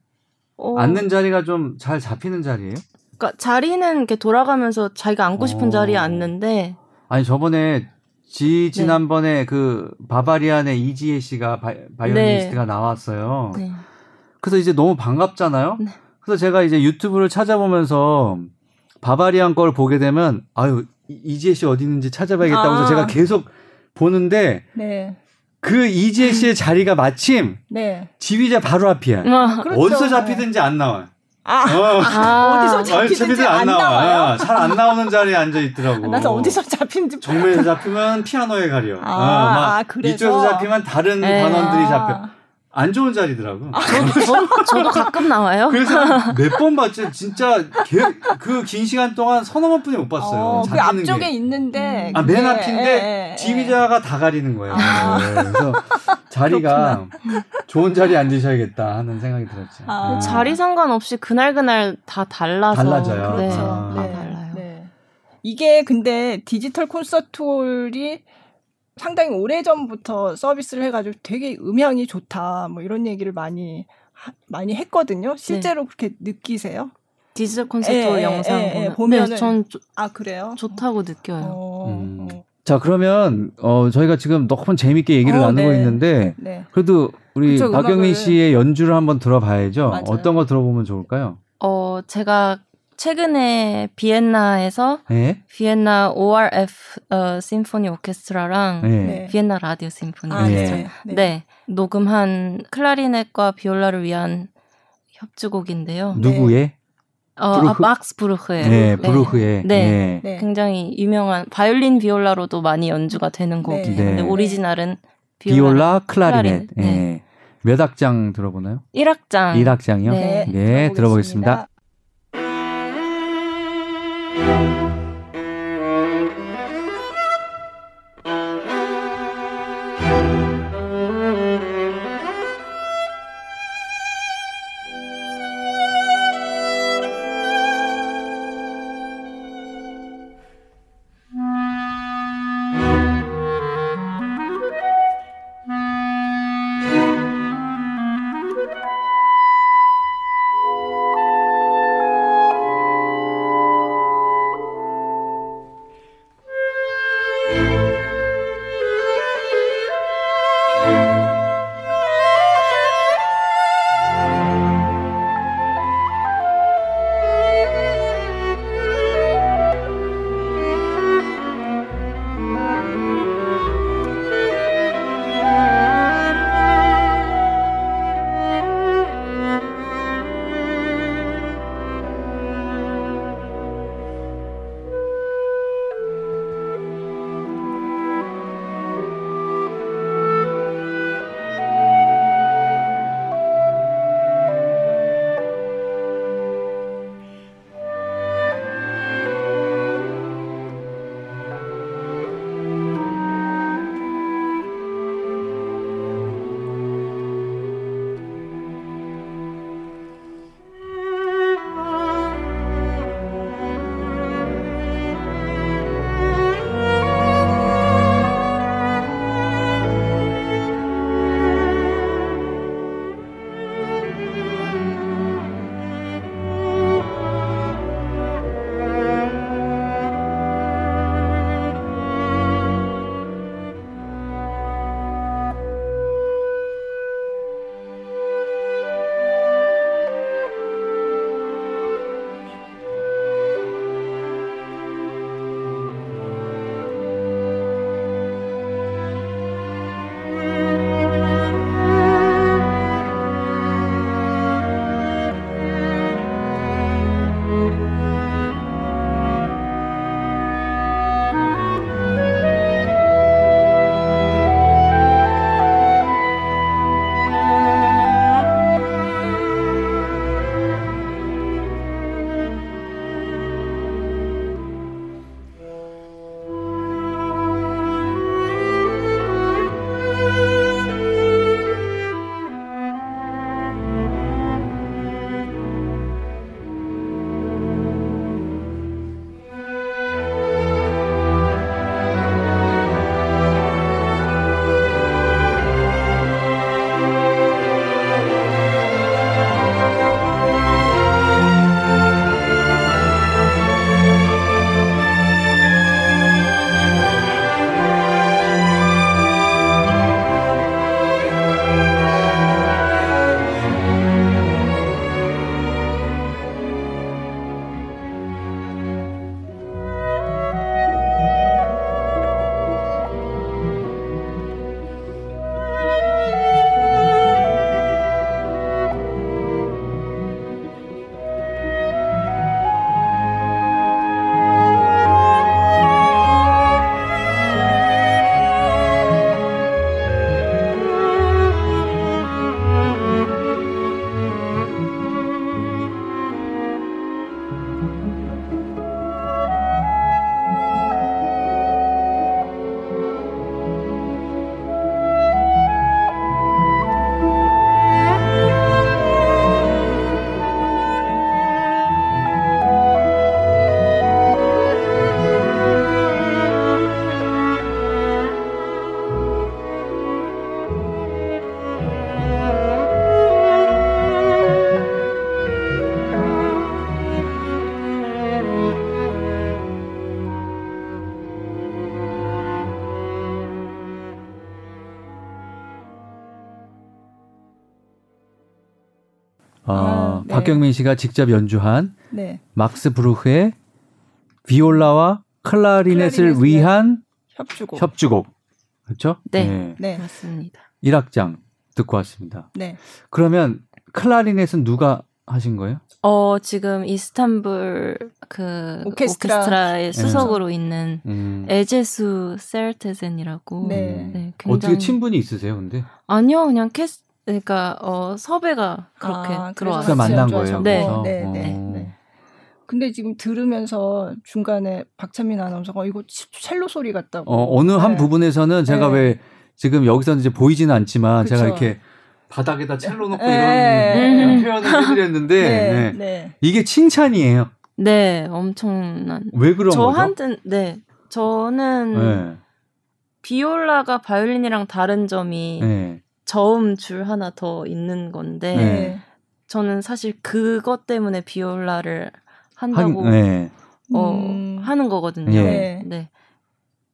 어,
앉는 자리가 좀 잘 잡히는 자리예요?
그러니까 자리는 이렇게 돌아가면서 자기가 앉고 싶은
어.
자리에 앉는데
아니 저번에
네.
지 지난번에 그 바바리안의 이지혜 씨가 바, 바이올리니스트가 나왔어요.
네.
그래서 이제 너무 반갑잖아요.
네.
그래서 제가 이제 유튜브를 찾아보면서 바바리안 걸 보게 되면 아유 이- 이지혜 씨 어디 있는지 찾아봐야겠다고 해서
아.
제가 계속 보는데
네.
그 이지혜 씨의 자리가 마침
네.
지휘자 바로 앞이야.
아,
그렇죠.
어디서 잡히든지 안 나와.
아,
어.
아,
어디서
아,
잡히든지
잡히든
안 나와요.
어, 잘 안 나오는 자리에 앉아 있더라고.
나는 어디서 잡힌지
정면에서 잡히면 피아노에 가려.
아,
어, 막
아, 그래서? 예.
이쪽에서 잡히면 다른
네.
단원들이 잡혀.
아, 그렇죠.
안 좋은 자리더라고.
저, 저,
그
저도 가끔 나와요.
그래서 몇 번 봤지. 진짜 그 긴 시간 동안 서너 번 뿐이 못 봤어요.
어, 그
잡히는 게.
앞쪽에 있는데
아, 맨
그게-
앞인데
예, 예,
지휘자가 다 가리는 거예요.
아.
네, 그래서 자리가 좋은 자리에 앉으셔야겠다 하는 생각이 들었죠.
아.
음.
자리 상관없이 그날 그날 다 달라서
달라져요.
네,
그렇죠.
아.
다
네,
달라요.
네. 이게 근데 디지털 콘서트홀이 상당히 오래 전부터 서비스를 해가지고 되게 음향이 좋다 뭐 이런 얘기를 많이 하- 많이
네.
했거든요. 실제로 그렇게 느끼세요?
디지털 콘서트
예, 예,
영상
예, 예,
보면
보면은-
네, 전 좋-
아 그래요?
좋다고 느껴요.
어,
음.
어,
자 그러면 어, 저희가 지금 너무 재밌게 얘기를
어,
나누고
네.
있는데
네.
그래도 우리
그쵸,
박영민
음악을-
씨의 연주를 한번 들어봐야죠.
맞아요.
어떤 거 들어보면 좋을까요?
어, 제가 최근에 비엔나에서
예?
비엔나 ORF 어, 심포니 오케스트라랑
예.
네.
비엔나 라디오 심포니
아,
네.
네.
오케스트라
네.
네. 녹음한 클라리넷과 비올라를 위한 협주곡인데요.
누구의?
어, 아,
음, 브루흐?
막스 브루흐의
예, 브루흐의.
네.
예.
네.
굉장히 유명한 바이올린 비올라로도 많이 연주가 되는 곡이에요.
네.
근데 오리지널은 비올라
비올라 클라리넷.
클라리넷, 네.
예. 몇 악장 들어보나요?
1악장.
일 1악장이요?
네.
네, 들어보겠습니다. 어,
아, 네.
박경민 씨가 직접 연주한
네.
막스 브루흐의 비올라와 클라리넷을
클라리넷을
위한
협주곡.
협주곡. 그렇죠?
네.
네.
맞습니다.
1악장 듣고 왔습니다.
네.
그러면 클라리넷은 누가 하신 거예요?
어 지금 이스탄불 그
오케스트라.
오케스트라.
네.
의 수석으로 있는
음.
에제수 셀테젠이라고.
네.
네, 굉장히
어떻게 친분이 있으세요, 근데?
아니요, 그냥 캐스 그러니까 어 섭외가 그렇게
아,
그래서
그래서
들어왔어요.
같이
그러니까 만난 거예요.
연주하셨고.
네.
그래서?
네, 네,
어.
네. 근데 지금 들으면서 중간에 박찬민 아나운서가 이거 치- 첼로 소리 같다고.
어, 어느 한
네.
부분에서는 제가
네.
왜 지금 여기서는 이제 보이지는 않지만 제가
그쵸.
이렇게 바닥에다 첼로 놓고
네.
이런 표현을 해드렸는데
네. 네.
네. 이게 칭찬이에요.
네, 엄청난.
왜 그런 거죠?
저한테 네, 저는
네.
비올라가 바이올린이랑 다른 점이
네.
저음 줄 하나 더 있는 건데
네.
저는 사실 그것 때문에 비올라를
한,
한다고
네.
어,
음.
하는 거거든요.
예.
네.
네.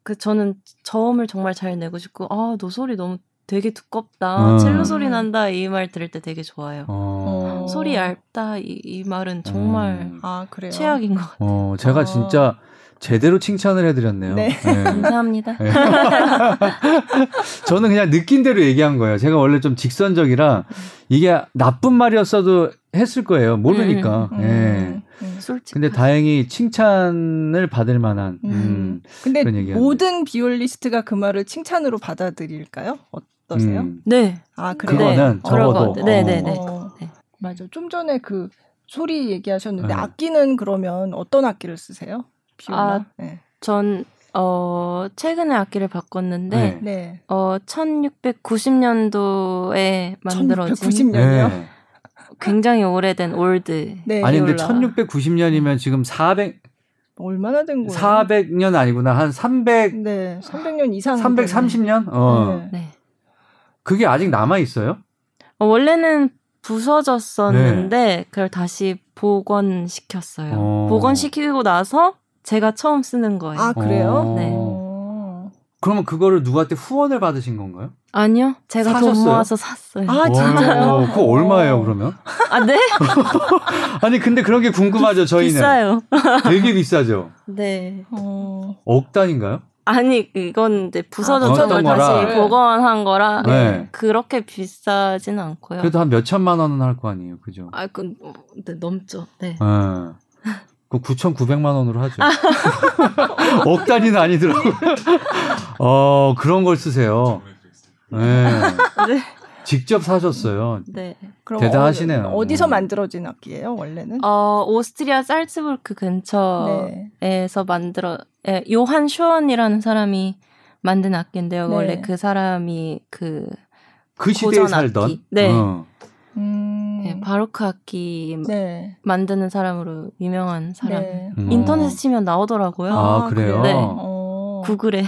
그 저는 저음을 정말 잘 내고 싶고 아, 너 소리 너무 되게 두껍다.
음.
첼로 소리 난다. 이 말 들을 때 되게 좋아요.
어,
어.
소리 얇다. 이, 이 말은 정말
음.
아, 그래요.
최악인 것 같아요.
어, 제가
어.
진짜 제대로 칭찬을 해드렸네요.
네.
감사합니다.
네. 저는 그냥 느낀 대로 얘기한 거예요. 제가 원래 좀 직선적이라 이게 나쁜 말이었어도 했을 거예요. 모르니까.
음,
예.
음.
솔직히.
근데 다행히 칭찬을 받을 만한 음,
음. 근데
그런 얘기하는데.
모든 비올리스트가 그 말을 칭찬으로 받아들일까요? 어떠세요?
음,
네.
아, 그래요?
그거는
네.
그럴 것
적어도
같아요. 네, 네,
어,
네.
어,
네.
맞아. 좀 전에 그 소리 얘기하셨는데
네.
악기는 그러면 어떤 악기를 쓰세요? 비올라?
아.
네.
전 어, 최근에 악기를 바꿨는데
네.
네.
어 1690년도에 만들어진
1690년이요?
네.
굉장히 오래된 올드.
네.
아니 근데
비올라.
1690년이면 지금 400
뭐 얼마나 된 거예요?
400년 아니구나. 한 300,
네. 300년 이상.
330년? 어.
네.
네.
그게 아직 남아 있어요?
어, 원래는 부서졌었는데 그걸 다시 복원시켰어요.
네. 어.
복원시키고 나서 제가 처음 쓰는 거예요.
아, 그래요?
어.
네.
어.
그러면 그거를 누구한테 후원을 받으신 건가요?
아니요, 제가
사셨어요?
돈 모아서 샀어요.
아, 진짜요?
어, 그거 얼마예요, 그러면?
아, 네?
아니, 근데 그런 게 궁금하죠, 저희는.
비싸요.
되게 비싸죠.
네.
어.
억 단인가요?
아니 이건 이제 부서졌던
어떤
걸
아, 거라.
다시 복원한 거라
네.
그렇게 비싸진
아.
않고요.
그래도 한 몇천만 원은 할 거 아니에요, 그죠?
아, 그 어, 네, 넘죠. 네.
예. 그 9,900만 원으로 하죠.
아.
억 단위는 아니더라고요. 어, 그런 걸 쓰세요.
저번에 그랬어요.
예.
네.
직접 사셨어요.
네.
그럼
대단하시네요.
어, 디서 만들어진 악기예요, 원래는?
어, 오스트리아 살츠부르크 근처에서
네.
만들어 예, 요한 쇼언이라는 사람이 만든 악기인데요.
네.
원래 그 사람이 그
그 시대에
고전
살던.
악기. 네.
어.
음.
예, 바로크 악기
네.
만드는 사람으로 유명한 사람.
네.
음.
인터넷 치면 나오더라고요.
아, 그래요?
네.
어.
구글에.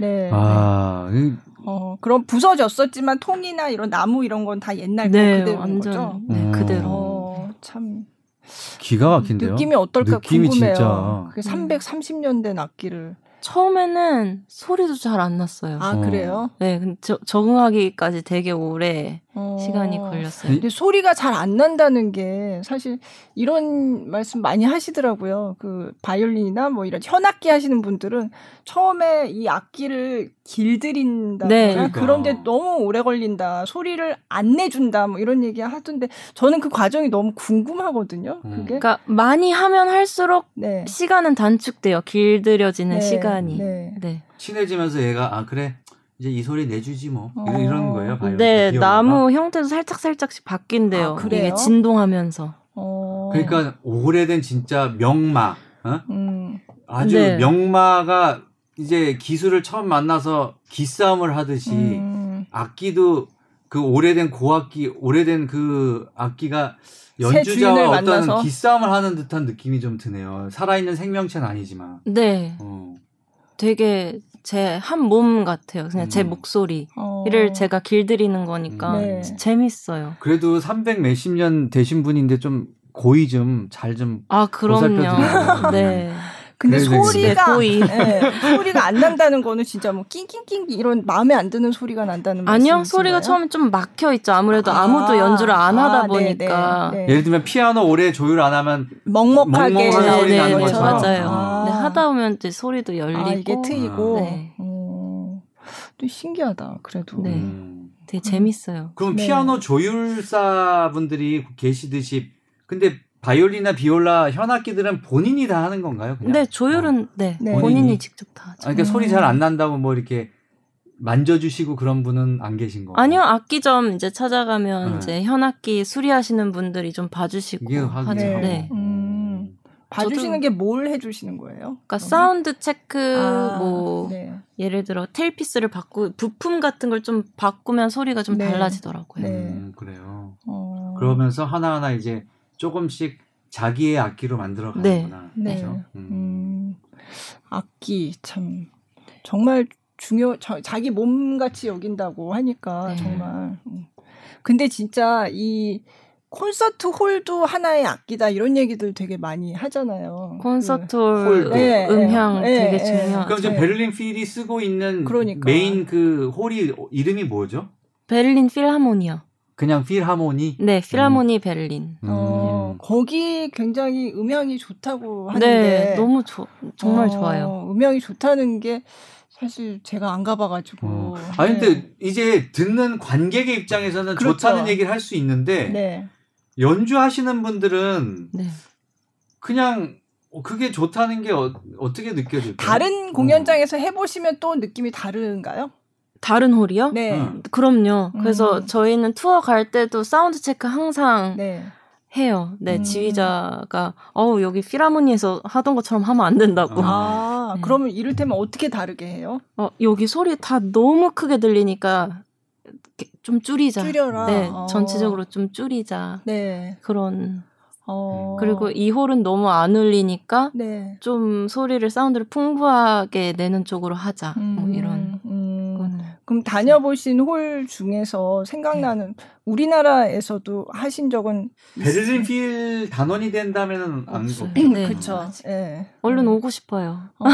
네.
아, 이-
어, 그럼 부서졌었지만 통이나 이런 나무 이런 건 다 옛날 거
네,
아, 그대로인
완전
거죠?
음.
네, 그대로.
어, 참
기가 막힌데요.
느낌이 어떨까
느낌이
궁금해요.
진짜.
그게 330년 된 악기를
처음에는 소리도 잘 안 났어요.
아
어.
그래요?
네, 근데 저- 적응하기까지 되게 오래
어.
시간이
네.
걸렸어요.
근데 소리가 잘 안 난다는 게 사실 이런 말씀 많이 하시더라고요. 그 바이올린이나 뭐 이런 현악기 하시는 분들은 처음에 이 악기를 길들인다.
네.
그러니까.
그런데 너무 오래 걸린다. 소리를 안 내준다. 뭐 이런 얘기 하던데 저는 그 과정이 너무 궁금하거든요.
음.
그게.
그러니까 많이 하면 할수록
네.
시간은 단축돼요. 길들여지는
네,
시간이. 네.
네.
친해지면서 얘가 아 그래 이제 이 소리 내주지 뭐
어.
이런- 이런 거예요. 바이올린
근데
비디오가?
네, 나무 형태도 살짝 살짝씩 바뀐대요.
아, 그래요?
이게 진동하면서.
어.
네.
그러니까 오래된 진짜 명마 어?
음.
아주
네.
명마가 이제 기술을 처음 만나서 기싸움을 하듯이
음.
악기도 그 오래된 고악기 오래된 그 악기가
주인을
연주자와
만나서?
어떤 기싸움을 하는 듯한 느낌이 좀 드네요. 살아있는 생명체는 아니지만.
네.
어.
되게 제 한 몸 같아요. 그냥 제
음.
목소리를
어.
제가 길들이는 거니까
네.
재밌어요.
그래도 300 몇십 년 되신 분인데 좀 고이 좀 잘 좀
아,
보살펴드리는
그럼요.
거죠.
네.
근데
그래서
네,
소리가
소위.
예, 소리가 안 난다는 거는 진짜 뭐 낑낑낑 이런 마음에 안 드는 소리가 난다는 말씀이신가요?
아니요, 소리가 처음에 좀 막혀 있죠. 아무래도 아, 무도 연주를 안
아,
하다
네,
보니까
네, 네.
예를 들면 피아노 오래 조율 안 하면
먹먹하게
먹먹한
네,
소리
네,
나는
네,
거죠.
맞아요.
아.
네, 하다 보면 이제 소리도 열리고
아, 이게 트이고
네.
어, 또 신기하다 그래도
네.
음.
되게 재밌어요.
그럼
네.
피아노 조율사 분들이 계시듯이 근데 바이올린이나 비올라 현악기들은 본인이 다 하는 건가요? 그냥?
근데 조율은 네,
네.
본인이,
본인이
직접 다 하죠.
아, 그러니까
음.
소리 잘 안 난다고 뭐 이렇게 만져주시고 그런 분은 안 계신 거고.
아니요 악기점 이제 찾아가면
네.
이제 현악기 수리하시는 분들이 좀 봐주시고
이게
하죠.
확인이.
하죠.
네.
음. 봐주시는
저도-
게 뭘 해주시는 거예요?
그러니까 사운드 체크
아,
뭐
네.
예를 들어 테일피스를 바꾸 부품 같은 걸 좀 바꾸면 소리가 좀
네.
달라지더라고요.
네.
음, 그래요.
어,
그러면서 하나하나 이제 조금씩 자기의 악기로 만들어
네.
가는구나.
네.
그렇죠? 음.
음, 악기 참 정말 중요 자, 자기 몸 같이 여긴다고 하니까
네.
정말. 음. 근데 진짜 이 콘서트 홀도 하나의 악기다 이런 얘기들 되게 많이 하잖아요.
콘서트
홀도.
네,
음향
네,
되게
네.
중요하죠.
그럼 지금
네.
베를린 필이 쓰고 있는
그러니까.
메인 그 홀이 이름이 뭐죠?
베를린 필하모니요.
그냥 필하모니.
네, 필하모니 베를린.
그, 어,
음.
거기 굉장히 음향이 좋다고 하는데
네, 너무 좋 정말
아, 어,
좋아요.
음향이 좋다는 게 사실 제가 안 가봐가지고.
어. 아니
네.
근데 이제 듣는 관객의 입장에서는
그렇죠.
좋다는 얘기를 할 수 있는데
네.
연주하시는 분들은
네.
그냥 어, 그게 좋다는 게 어, 떻게 느껴질까요?
다른
음.
공연장에서 해보시면 또 느낌이 다른가요?
다른 홀이요?
네.
음.
그럼요. 그래서
음.
저희는 투어 갈 때도 사운드 체크 항상
네.
해요. 네,
음.
지휘자가 어우 여기 필하모니에서 하던 것처럼 하면 안 된다고.
아.
아,
네.
그러면 이를테면 어떻게 다르게 해요?
어, 여기 소리 다 너무 크게 들리니까 이렇게 좀 줄이자.
줄여라.
네,
어.
전체적으로 좀 줄이자.
네.
그런
어.
그리고 이 홀은 너무 안 울리니까
네.
좀 소리를 사운드를 풍부하게 내는 쪽으로 하자. 뭐 이런
음.
거는
그럼 다녀보신 홀 중에서 생각나는
네.
우리나라에서도 하신 적은
음. 베를린 필 단원이 된다면은 안
없어요.
없겠죠.
네.
그렇죠. 예.
얼른 오고 싶어요.
어,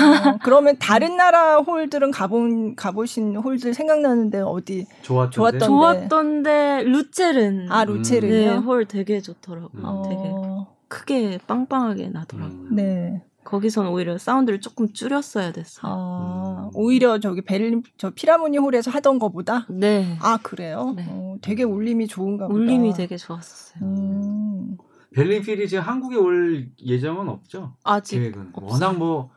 그러면 다른 나라 홀들은 가본 가보신 홀들 생각나는데 어디?
좋았던데.
좋았던-
좋았던데 루첼은
아
네,
루체르요.
홀 되게 좋더라고요.
음.
되게
어,
크게 빵빵하게 나더라고요.
음.
네.
거기선 오히려 사운드를 조금 줄였어야 됐어요.
아,
음.
오히려 저기 베를린 저 피라모니 홀에서 하던 거보다
네.
아 그래요?
네.
어, 되게 울림이 좋은가 보다.
울림이 되게 좋았었어요.
음.
베를린 필이 지금 한국에 올 예정은 없죠.
아직
계획은
없어요.
워낙 뭐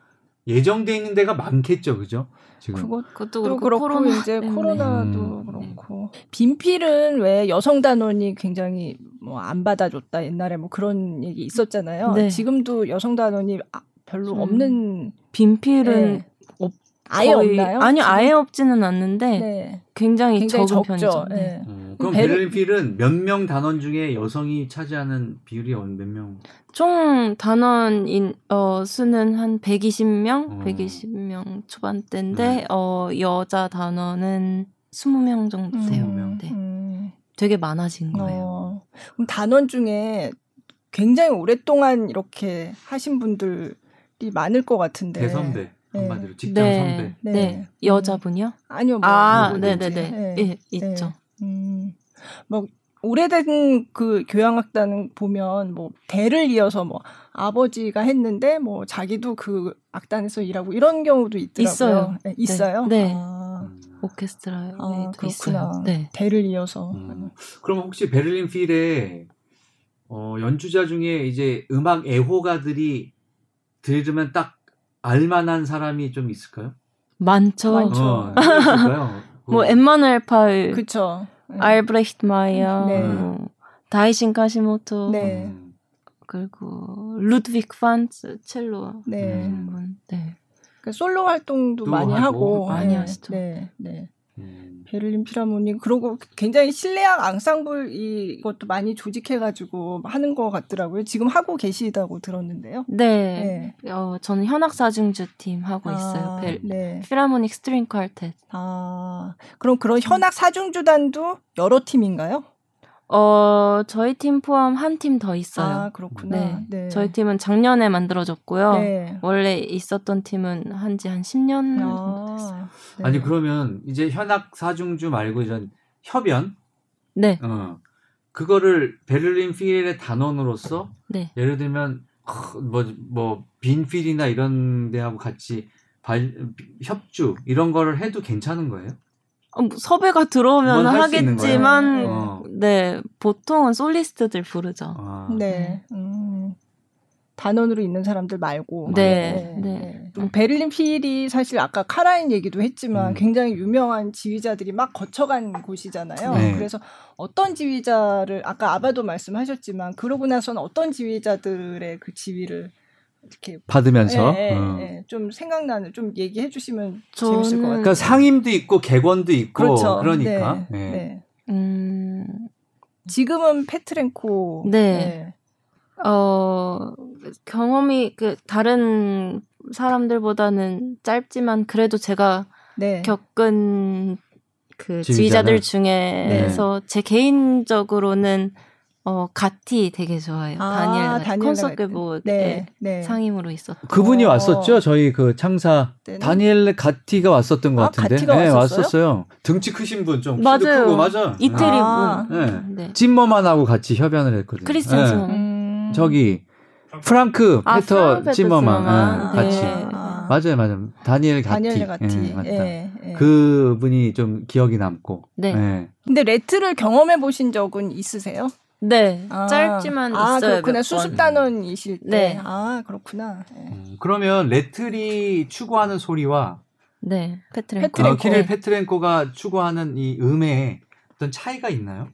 예정돼 있는 데가 많겠죠, 그죠? 지금
그것도
그것도
그렇고,
그렇고, 코로나
이제
때문에.
코로나도
음.
그렇고 빈필은 왜 여성 단원이 굉장히 뭐 안 받아줬다 옛날에 뭐 그런 얘기 있었잖아요.
네. 음.
지금도 여성 단원이 아- 별로
좀
없는
빈필은
예. 아예
네. 거의-
없나요?
아니
지금?
아예 없지는 않는데
네.
굉장히,
굉장히
적은
적죠.
편이죠.
예.
네.
어, 그럼
베를-
베를린 필은 몇 명 단원 중에 여성이 차지하는 비율이 어느 몇 명?
총 단원인 어 수는 한 120명,
음. 네.
120명 초반대인데 어 여자 단원은 20명 정도 돼요.
명.
네.
음.
되게 많아진 거예요.
어, 그럼 단원 중에 굉장히 오랫동안 이렇게 하신 분들이 많을 것 같은데.
대선배 한마디로 직장
네.
선배.
네.
네.
음.
여자분이요?
아니요. 뭐,
아,
뭐,
네,
뭐든지.
네, 네.
네.
예, 있죠.
음, 뭐 오래된 그 교향악단 보면 뭐 대를 이어서 뭐 아버지가 했는데 뭐 자기도 그 악단에서 일하고 이런 경우도 있더라고요.
있어요.
네, 있어요.
네.
아,
음.
오케스트라에
아,
도 있어요.
그렇구나.
네.
대를 이어서.
음. 그럼 혹시 베를린 필의 어, 연주자 중에 이제 음악 애호가들이 들으면 딱 알만한 사람이 좀 있을까요?
많죠.
많죠. 그렇죠.
어, 누구 있을까요? 어.
뭐 엠마누엘 파울,
그쵸. 네.
알브레히트 마이어,
네.
뭐 다이신 카시모토,
네.
음.
그리고 루드비크 판츠 첼로
네.
음.
하는 분. 네.
그 솔로 활동도
또
많이
하고.
하고.
많이
네,
하시죠.
네. 네.
음.
베를린 피라모니 그리고 굉장히 실내악 앙상블 이것도 많이 조직해 가지고 하는 것 같더라고요. 지금 하고 계시다고 들었는데요.
네. 어, 저는 현악 사중주 팀 하고 있어요.
아,
벨
네.
피라모닉 스트링 쿼텟. 음.
아, 그럼 그런 현악 사중주단도 여러 팀인가요?
어, 저희 팀 포함 한 팀 더 있어요.
아 그렇구나. 네.
저희 팀은 작년에 만들어졌고요.
네.
원래 있었던 팀은 한지 한 10년 정도 됐어요.
아, 네.
아니 그러면 이제 현악 사중주 말고 이런 협연
네,
어. 그거를 베를린 필의 단원으로서
네.
예를 들면 뭐, 뭐뭐빈 필이나 이런 데하고 같이 발- 협주 이런 거를 해도 괜찮은 거예요?
어, 뭐 섭외가 들어오면
뭔할수 있는
하겠지만,
거예요?
어.
네, 보통은 솔리스트들 부르죠.
아,
네. 음. 단원으로 있는 사람들 말고.
네,
네.
네.
네. 또 베를린 필이 사실 아까 카라인 얘기도 했지만
음.
굉장히 유명한 지휘자들이 막 거쳐간 곳이잖아요.
네.
그래서 어떤 지휘자를 아까 아바도 말씀하셨지만 그러고 나서는 어떤 지휘자들의 그 지휘를 이렇게
받으면서
예, 예,
어.
예. 좀 생각나는 좀 얘기해 주시면
저는-
재밌을 것 같아요.
그러니까 상임도 있고 객원도 있고
그렇죠.
그러니까
네, 네.
음,
지금은 페트렌코.
네. 어, 경험이 그 다른 사람들보다는 짧지만 그래도 제가
네. 네.
겪은 그
지휘자를-
지휘자들 중에서 제 개인적으로는 어 가티 되게 좋아해요.
아,
다니엘
다니엘
가티 콘서트
가티.
교복에
네. 네.
상임으로 있었.
그분이
어.
왔었죠. 저희 그 창사
때는?
다니엘 가티가 왔었던 것
아,
같은데.
가티가
네,
왔었어요?
왔었어요. 등치 크신 분 좀. 키도
맞아요.
크고 맞아.
이태리 분.
아.
네.
네.
찜머만하고 같이 협연을 했거든요.
크리스찬
예.
찜머만.
음.
저기 음. 프랑크
아,
페터
프랑페터
찜머만
찜머만.
예, 같이.
네.
맞아요, 맞아요. 다니엘 가티.
다니엘 같이.
예, 맞다.
예, 예.
그분이 좀 기억이 남고.
네.
예.
근데 레트를 경험해 보신 적은 있으세요?
네.
아.
짧지만
아,
있어요.
그렇구나.
몇
수습
번.
단원이실 때.
네.
아, 그렇구나. 예.
음, 그러면 레틀이 추구하는 소리와
네. 페트렌.
페트렌코.
어, 키릴
네.
페트렌코가 추구하는 이 음에 어떤 차이가 있나요?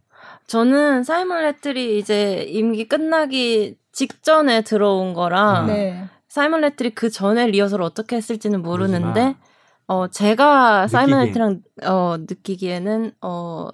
저는 사이먼 레틀이 이제 임기 끝나기 직전에 들어온 거라
아.
네.
사이먼 레틀이 그 전에 리허설을 어떻게 했을지는 모르는데
모르지만.
어 제가 사이먼
느끼기엔.
레틀이랑 어 느끼기에는 어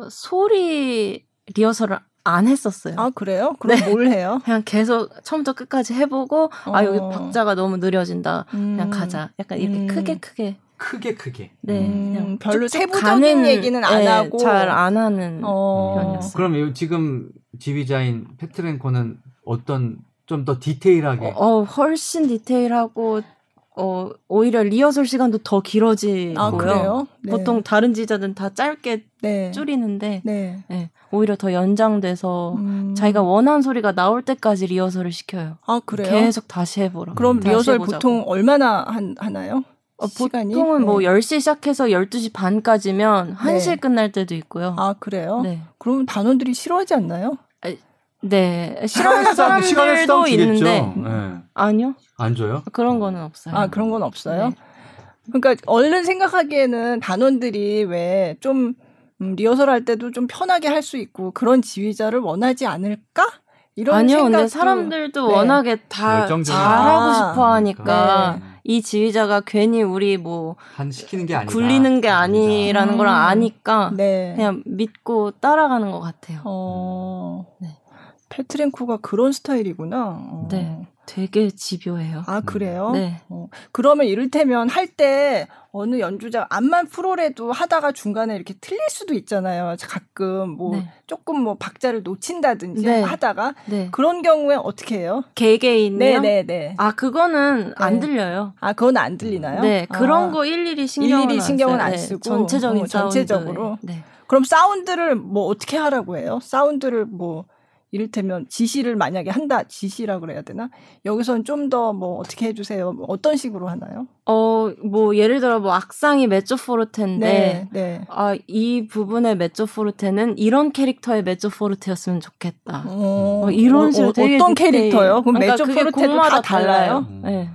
소리 리허설을 안 했었어요.
아, 그래요? 그럼 뭘 해요?
그냥 계속 처음부터 끝까지 해보고 네. 아 여기
어.
박자가 너무 느려진다.
음.
그냥 가자. 약간 이렇게
음.
크게 크게.
크게 크게.
네.
음.
그냥
별로
쭉쭉
세부적인 얘기는 안
네,
하고.
잘안 하는.
어.
편이었어요.
음. 그럼 요- 지금 지휘자인 페트렌코는 어떤 좀 더 디테일하게
어, 어, 훨씬 디테일하고 어 오히려 리허설 시간도 더 길어지고요.
아, 그래요? 네.
보통 다른 지자들은 다 짧게
네.
줄이는데
네.
네, 오히려 더 연장돼서
음.
자기가 원하는 소리가 나올 때까지 리허설을 시켜요.
아, 그래요?
계속 다시 해보라.
그럼
다시
리허설
해보자고.
보통 얼마나 한, 하나요?
어,
시간이?
보통은 뭐
네.
10시 시작해서 12시 반까지면 1시에 끝날 때도 있고요.
아, 그래요?
네.
그러면 단원들이 싫어하지 않나요?
네. 싫어하는
시간을
사람들도
싸움 주겠죠.
있는데
예.
아니요.
안 줘요?
그런 거는 없어요.
아, 그런 건 없어요?
네.
그러니까 얼른 생각하기에는 단원들이 왜 좀 음, 리허설 할 때도 좀 편하게 할 수 있고 그런 지휘자를 원하지 않을까? 이런
아니요.
생각도
근데 사람들도
네.
워낙에 다
그 열정적인 그러니까.
잘하고
아,
싶어 하니까
네.
이 지휘자가 괜히 우리 뭐
한 시키는 게 아니다.
굴리는 게 아니라는 걸
음.
아니까
네.
그냥 믿고 따라가는 것 같아요.
어.
네.
페트렌코가 그런 스타일이구나. 어.
네. 되게 집요해요.
아, 그래요?
네.
그러면 이를테면 할 때 어느 연주자 암만 프로래도 하다가 중간에 이렇게 틀릴 수도 있잖아요. 가끔 뭐
네.
조금 뭐 박자를 놓친다든지
네.
하다가
네.
그런 경우에 어떻게 해요?
개개인이요?
네네네.
아, 그거는 안
네.
들려요.
아 그건 안 들리나요?
네,
아,
그런 거 일일이 신경은
일일이 신경은
써요.
안
네,
쓰고,
전체적인
어,
사운드.
전체적으로.
네.
그럼 사운드를 뭐 어떻게 하라고 해요? 사운드를 뭐 이를테면 지시를 만약에 한다 지시라 그래야 되나? 여기선 좀 더 뭐 어떻게 해주세요? 뭐 어떤 식으로 하나요?
어, 뭐 예를 들어 뭐 악상이 메조포르테인데
네.
아, 이 부분의 메조포르테는 이런 캐릭터의 메조포르테였으면 좋겠다.
어,
뭐 이런 식으로
어,
되게
어떤
디테일.
캐릭터요? 그럼
그러니까
매주
그게
프로테도 다
곡마다
달라요?
음.
네.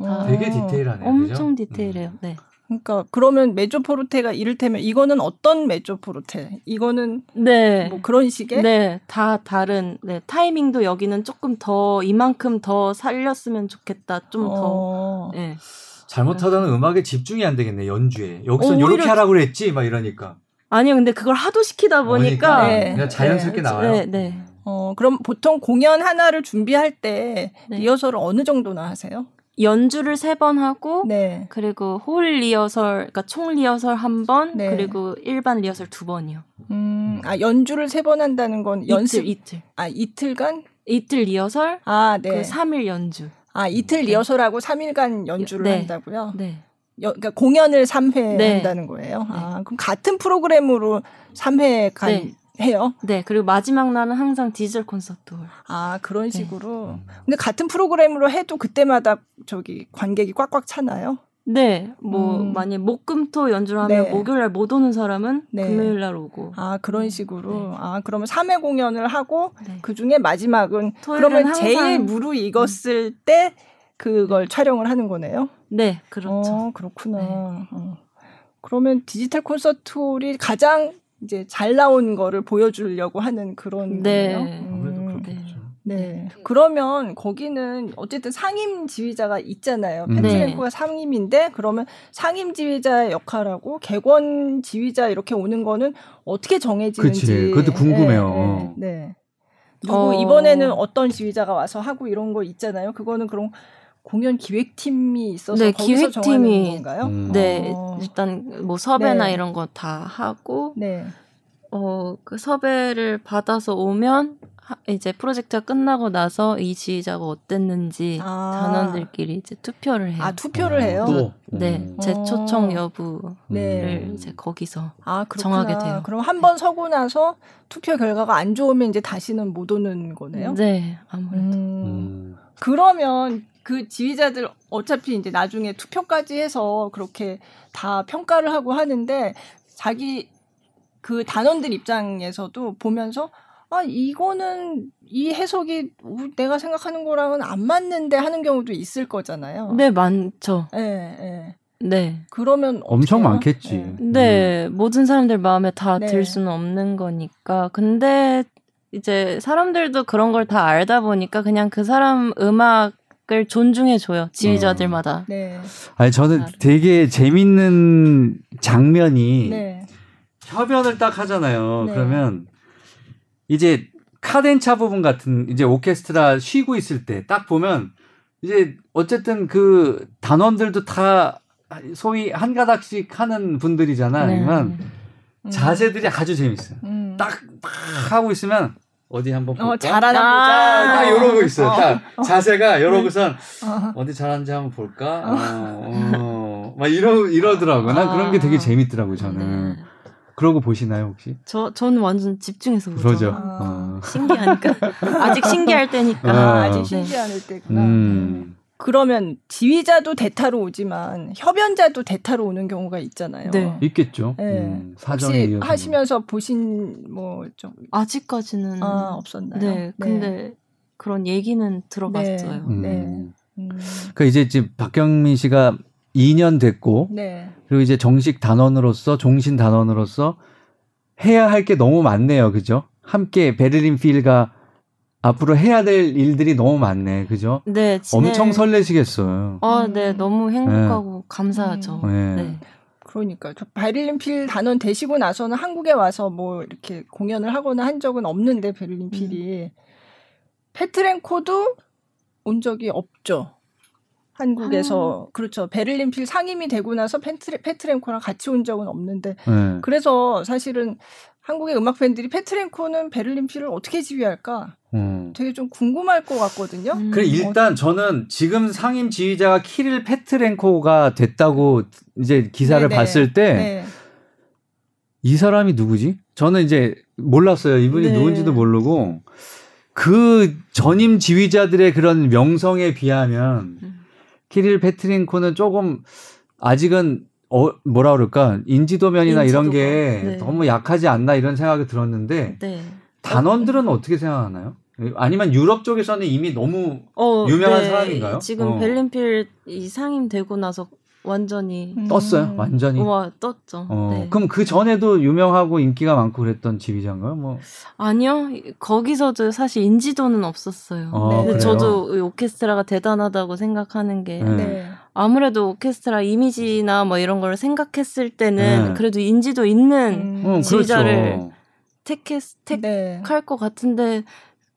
어.
되게 디테일하네요.
엄청
그죠? 음.
디테일해요. 네.
그러니까 그러면 메조포르테가 이를테면 이거는 어떤 메조포르테? 이거는
네.
뭐 그런 식의
네, 다 다른 네, 타이밍도 여기는 조금 더 이만큼 더 살렸으면 좋겠다. 좀 더.
어.
네.
잘못하다는 음악에 집중이 안 되겠네 연주에 여기서
어,
요렇게
오히려-
하라고 그랬지 막 이러니까 그러니까
아니요, 근데 그걸 하도 시키다 보니까
네.
그냥 자연스럽게
네.
나와요.
네, 네.
어, 그럼 보통 공연 하나를 준비할 때
네.
리허설을 어느 정도나 하세요?
연주를 세 번 하고
네.
그리고 홀 리허설, 그러니까 총 리허설 한 번,
네.
그리고 일반 리허설 두 번이요.
음, 아 연주를 세 번 한다는 건 연습
이틀, 이틀.
아 이틀간
이틀 리허설,
아 네.
그 3일 연주.
아 이틀 리허설하고 삼일간 연주를
네.
한다고요.
네.
여, 그러니까 공연을 삼회
네.
한다는 거예요. 아, 그럼 같은 프로그램으로 삼회간
네.
해요.
네, 그리고 마지막 날은 항상 디지털 콘서트 홀.
아, 그런
네.
식으로.
어.
근데 같은 프로그램으로 해도 그때마다 저기 관객이 꽉꽉 차나요?
네, 뭐
음.
만약 목금토 연주를 하면
네.
목요일 날 못 오는 사람은
네.
금요일 날 오고.
아, 그런 식으로.
네.
아, 그러면 삼회 공연을 하고
네.
그 중에 마지막은
토요일은
그러면
항상 음.
제일 무르익었을 때 그걸 촬영을 하는 거네요.
네, 그렇죠.
어, 그렇구나.
네.
어. 그러면 디지털 콘서트홀이 가장 이제 잘 나온 거를 보여주려고 하는 그런
네.
거네요. 음,
아무래도
네.
그렇겠죠.
네.
음.
그러면 거기는 어쨌든 상임 지휘자가 있잖아요.
음.
펜트랭크가 상임인데 그러면 상임 지휘자의 역할하고 객원 지휘자 이렇게 오는 거는 어떻게 정해지는지.
그치. 그것도 궁금해요.
네. 네, 네. 누구
어.
이번에는 어떤 지휘자가 와서 하고 이런 거 있잖아요. 그거는 그럼 공연 기획팀이 있어서
네,
거기서 정하는
기획팀이.
건가요?
음.
네,
어.
일단 뭐 섭외나
네.
이런 거 다 하고
네.
어 그 섭외를 받아서 오면 하- 이제 프로젝트가 끝나고 나서 이 지휘자가 어땠는지
아.
단원들끼리 이제 투표를 해요.
아 투표를 해요.
또?
네,
음.
재초청
어.
여부를
네.
음.
이제 거기서
아,
정하게 돼요. 네.
그럼 한 번 서고 나서 투표 결과가 안 좋으면 이제 다시는 못 오는 거네요.
네, 아무래도
음.
음.
그러면 그 지휘자들 어차피 이제 나중에 투표까지 해서 그렇게 다 평가를 하고 하는데 자기 그 단원들 입장에서도 보면서 아 이거는 이 해석이 우- 내가 생각하는 거랑은 안 맞는데 하는 경우도 있을 거잖아요.
네 많죠.
예, 예.
네,
그러면
엄청
어떡해요?
많겠지.
예.
네
음.
모든 사람들 마음에 다
네.
들 수는 없는 거니까 근데 이제 사람들도 그런 걸 다 알다 보니까 그냥 그 사람 음악을 존중해 줘요
음.
지휘자들마다.
네.
아니 저는 되게 재밌는 장면이
네.
협연을 딱 하잖아요.
네.
그러면 이제 카덴차 부분 같은 이제 오케스트라 쉬고 있을 때 딱 보면 이제 어쨌든 그 단원들도 다 소위 한 가닥씩 하는 분들이잖아.
네.
하지만
음.
자세들이 아주 재밌어요.
음.
딱, 딱 하고 있으면 어디 한번 볼까?
어, 잘하나
아,
보자.
딱 이러고 있어요.
어.
딱 자세가 이러고선
어.
어디 잘하는지 한번 볼까? 어, 어, 막 이러 이러더라고요. 난 그런 게
아.
되게 재밌더라고요. 저는
네.
그러고 보시나요 혹시?
저 저는 완전 집중해서 보죠.
그러죠.
아.
어.
신기하니까 아직 신기할 때니까.
아,
아,
아직
네.
신지 않을 때구나.
음.
그러면 지휘자도 대타로 오지만 협연자도 대타로 오는 경우가 있잖아요.
네.
있겠죠.
네.
음, 사정에
혹시
의해서는.
하시면서 보신 뭐 좀
네.
음.
아직까지는
아, 없었나요?
네, 근데 그런 얘기는 들어봤어요.
음.
네. 음,
그러니까 이제 지금 박경민 씨가 2년 됐고
네.
그리고 이제 정식 단원으로서 종신 단원으로서 해야 할 게 너무 많네요. 그죠? 함께 베를린 필과 앞으로 해야 될 일들이 너무 많네. 그죠?
네, 지낼-
엄청 설레시겠어요.
아, 네,
음.
너무 행복하고 감사하죠.
네.
네.
그러니까 저 베를린필 단원 되시고 나서는 한국에 와서 뭐 이렇게 공연을 하거나 한 적은 없는데 베를린필이
음.
페트랭코도 온 적이 없죠.
아.
한국에서 그렇죠. 베를린필 상임이 되고 나서 페트레, 페트랭코랑 같이 온 적은 없는데
네.
그래서 사실은 한국의 음악 팬들이 페트랭코는 베를린필을 어떻게 지휘할까
음.
되게 좀 궁금할 것 같거든요.
음.
그래 일단 저는 지금 상임 지휘자가 키릴 페트렌코가 됐다고 이제 기사를
네네.
봤을 때 이
네.
사람이 누구지? 저는 이제 몰랐어요. 이분이
네.
누군지도 모르고 그 전임 지휘자들의 그런 명성에 비하면
음.
키릴 페트린코는 조금 아직은 어, 뭐라 그럴까 인지도면이나 이런 게
인지도가, 네.
너무 약하지 않나 이런 생각이 들었는데
네.
단원들은 어떻게 생각하나요? 아니면 유럽 쪽에서는 이미 너무
어,
유명한 사람인가요?
지금
어.
벨린필 이 상임 되고 나서 완전히
음.
떴어요 완전히.
우와 떴죠.
어,
네.
그럼 그 전에도 유명하고 인기가 많고 그랬던 지휘자인가요? 뭐
아니요 거기서도 사실 인지도는 없었어요.
아,
네.
근데
그래요?
저도 이 오케스트라가 대단하다고 생각하는 게
네.
네.
아무래도 오케스트라 이미지나 뭐 이런 걸 생각했을 때는
네.
그래도 인지도 있는
어,
음,
그렇죠.
음. 지휘자를 택했 택할
네.
것 같은데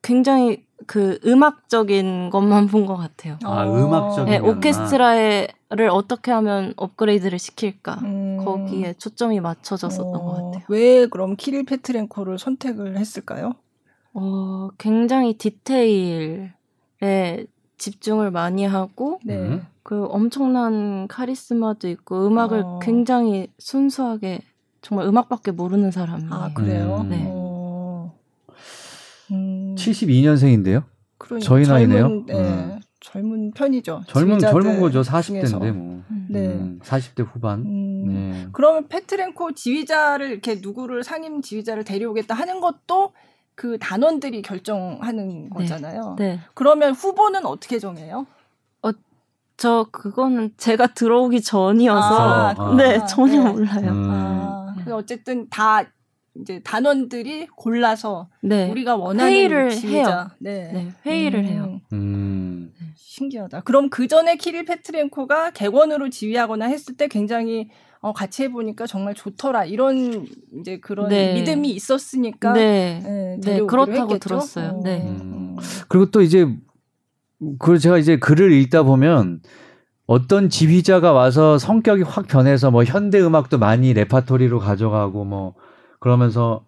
굉장히 그 음악적인 것만 본 것 같아요.
아,
어.
음악적인
네,
그러면은.
오케스트라를 어떻게 하면 업그레이드를 시킬까
음.
거기에 초점이 맞춰졌었던 것
어,
같아요.
왜 그럼 키릴 페트렌코를 선택을 했을까요?
어, 굉장히 디테일에 집중을 많이 하고
네.
음.
그 엄청난 카리스마도 있고 음악을
어.
굉장히 순수하게 정말 음악밖에 모르는 사람이에요.
아 그래요.
음.
네.
어. 음,
72년생인데요.
그러니
저희 나이네요.
젊은, 네,
음.
젊은 편이죠.
젊은
지휘자들
젊은 거죠. 40대인데
중에서.
뭐.
음.
네.
음, 40대 후반.
음.
네.
그러면 페트렌코 지휘자를 이렇게 누구를 상임 지휘자를 데려오겠다 하는 것도 그 단원들이 결정하는 거잖아요.
네.
그러면 후보는 어떻게 정해요?
저 그거는 제가 들어오기 전이어서
아,
그렇구나.
네 전혀
네.
몰라요.
음.
아, 근데 어쨌든 다 이제 단원들이 골라서
네.
우리가 원하는
회의를
지휘자.
해요.
네.
네, 회의를
음,
해요.
음.
신기하다. 그럼 그 전에 키릴 페트렌코가 객원으로 지휘하거나 했을 때 굉장히 어, 같이 해보니까 정말 좋더라 이런 이제 그런
네.
믿음이 있었으니까
네.
네,
네, 그렇다고 들었어요. 네.
음. 그리고 또 이제 그 제가 이제 글을 읽다 보면 어떤 지휘자가 와서 성격이 확 변해서 뭐 현대 음악도 많이 레파토리로 가져가고 뭐 그러면서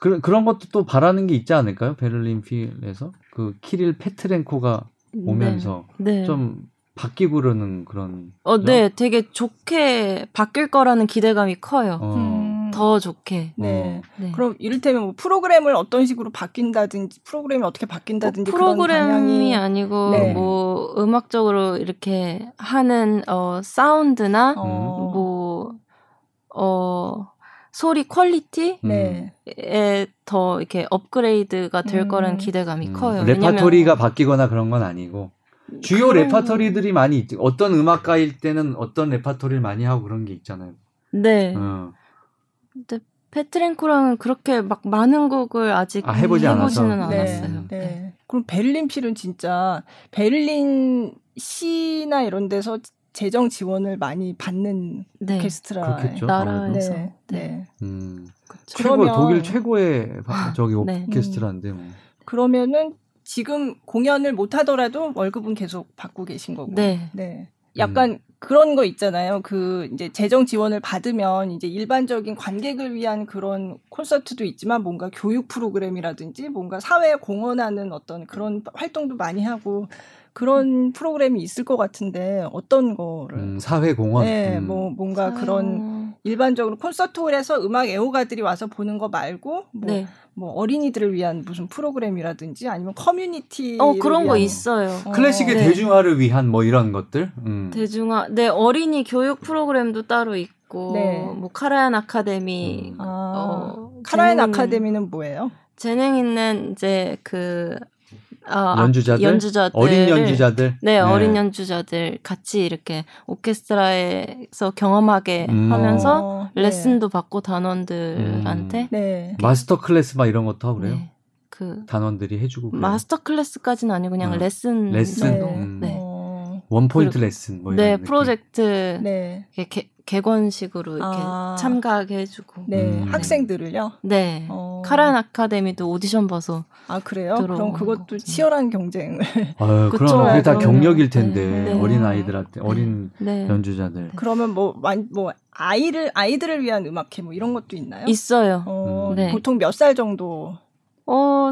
그, 그런 것도 또 바라는 게 있지 않을까요? 베를린 필에서 그 키릴 페트렌코가 오면서
네.
좀 바뀌고 그러는 그런
어, 네, 되게 좋게 바뀔 거라는 기대감이 커요.
어,
음.
더 좋게.
네.
네.
그럼 이를테면 뭐 프로그램을 어떤 식으로 바뀐다든지 프로그램이 어떻게
꼭
바뀐다든지
뭐 프로그램이
그런 방향이
아니고
네.
뭐 음악적으로 이렇게 하는 어 사운드나 음.
어,
뭐 어 소리 퀄리티에
음.
네.
더 이렇게 업그레이드가 될
음.
거라는 기대감이
음,
커요. 음,
레파토리가 바뀌거나 그런 건 아니고 주요
그런-
레파토리들이 많이 있, 어떤 음악가일 때는 어떤 레파토리를 많이 하고 그런 게 있잖아요.
왜냐면- 네.
어.
페트렌코랑은 그렇게 막 많은 곡을 아직
아, 해보지
해보지는
않아서.
않았어요.
네. 그럼 베를린 필은 진짜 베를린 시나 이런 데서 재정 지원을 많이 받는
네.
오케스트라
그렇겠죠.
나라에서
네.
네.
네.
음. 최고
그러면-
독일 최고의 바- 저기
네.
오케스트라인데 뭐.
그러면은 지금 공연을 못 하더라도 월급은 계속 받고 계신 거고.
네.
음.
네. 약간 그런 거 있잖아요. 그 이제 재정 지원을 받으면 이제 일반적인 관객을 위한 그런 콘서트도 있지만 뭔가 교육 프로그램이라든지 뭔가 사회에 공헌하는 어떤 그런 활동도 많이 하고 그런 프로그램이 있을 것 같은데 어떤 거를?
음, 사회 공헌.
네,
음.
뭐 뭔가 그런 뭐
아,
일반적으로 콘서트홀에서 음악 애호가들이 와서 보는 거 말고 뭐,
네.
뭐 어린이들을 위한 무슨 프로그램이라든지 아니면 커뮤니티
어 그런 거 있어요.
클래식의
네.
대중화를 위한 뭐 이런 것들. 음.
대중화 네 어린이 교육 프로그램도 따로 있고
네.
뭐 카라얀 아카데미
음.
아,
어,
카라얀
재능 있는-
아카데미는 뭐예요?
재능 있는 이제 그 아,
연주자들?
연주자들
어린 연주자들.
네, 어린 연주자들 같이 이렇게 오케스트라에서 경험하게
음.
하면서
어, 네.
레슨도 받고 단원들한테
네.
마스터 클래스 막 이런 것도 하고 아, 그래요.
네, 그
단원들이 해주고. 그래요.
마스터 클래스까지는 아니고 그냥
어,
레슨
레슨?
정도.
음.
네,
어,
원포인트
그리고-
레슨 뭐 이런
네
느낌.
프로젝트
네.
이렇게 개- 객원식으로 이렇게
아.
참가하게 해주고
네,
음.
학생들을요.
네.
어.
카라얀 아카데미도 오디션 봐서
아 그래요? 그럼
들어오는 거구나.
그것도 치열한 경쟁을.
아유, 그럼
그쵸,
그게 다
그러면.
경력일 텐데
네.
어린 아이들한테 어린
네.
연주자들.
그러면 뭐 완 뭐 아이를 아이들을 위한 음악회 뭐 이런 것도 있나요?
있어요.
어,
음.
네.
보통 몇 살 정도?
어,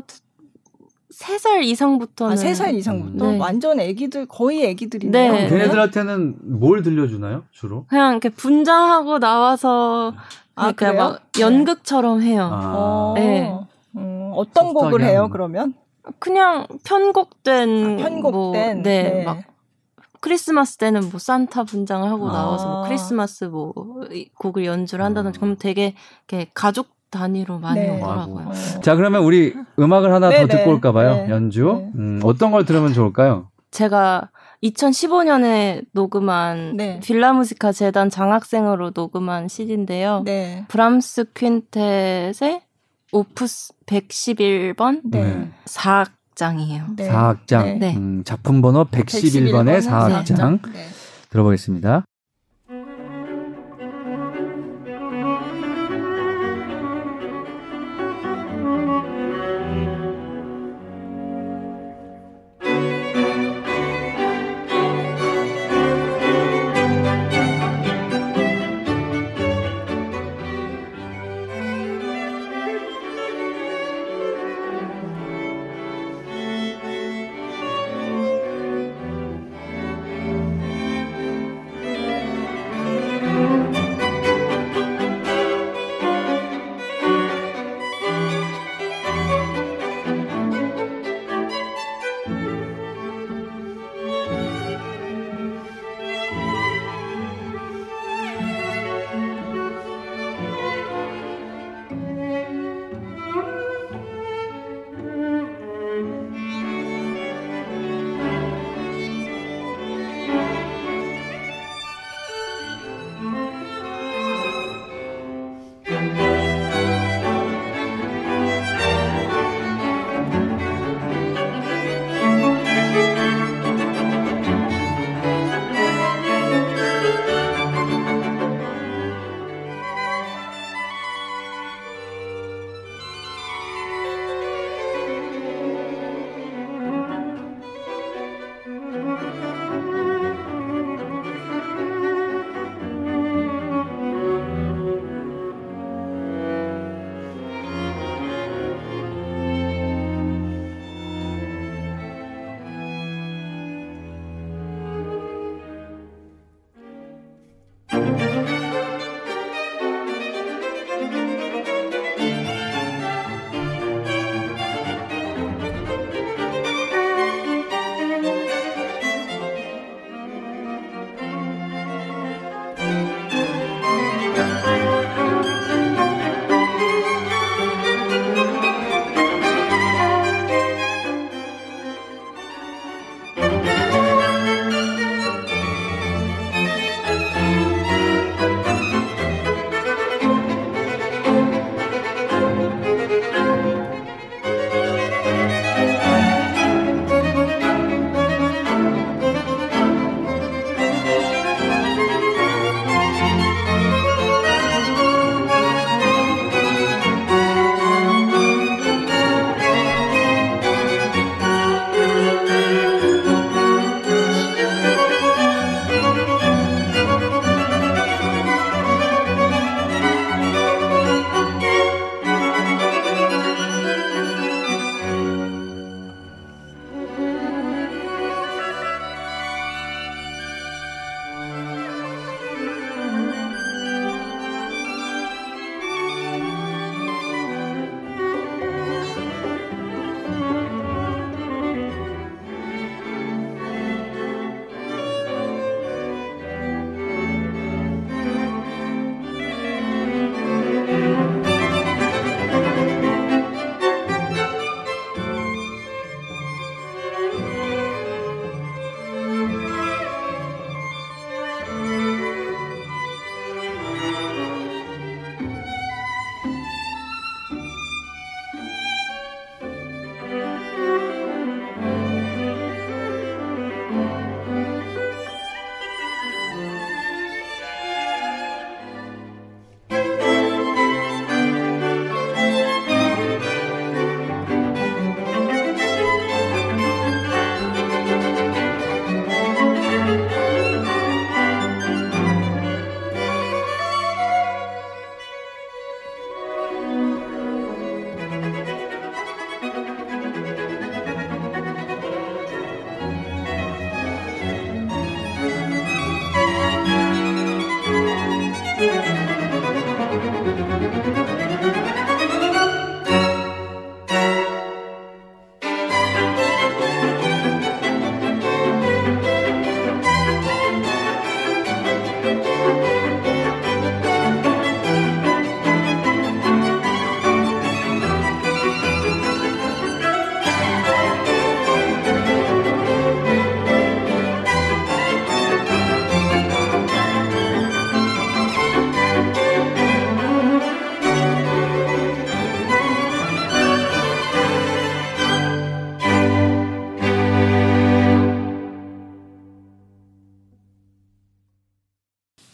세 살 이상부터는
아, 3살 이상부터
네.
완전 애기들 거의 애기들이네요.
네.
그러면?
걔네들한테는 뭘 들려주나요 주로?
그냥 이렇게 분장하고 나와서
아,
그러니까
그래요?
막 연극처럼 해요.
아,
어,
네.
음, 어떤 곡을
소프트하게
해요
하는.
그러면?
그냥 편곡된 뭐,
편곡된
네, 막 크리스마스 때는 뭐 산타 분장을 하고
아.
나와서 뭐 크리스마스 뭐 이 곡을 연주를 한다든지
아.
그럼 되게 이렇게 가족 단위로 많이
네.
오더라고요.
자 그러면 우리 음악을 하나
네,
더
네.
듣고 올까봐요
네.
연주.
네.
음, 어떤 걸 들으면 좋을까요?
제가 2015년에 녹음한
네.
빌라무지카 재단 장학생으로 녹음한 CD인데요.
네.
브람스 퀸텟의 오프스 111번
네.
네.
네.
4악장이에요.
네.
사악장
네.
음, 작품 번호 111번의
111번의
사악장
네.
들어보겠습니다.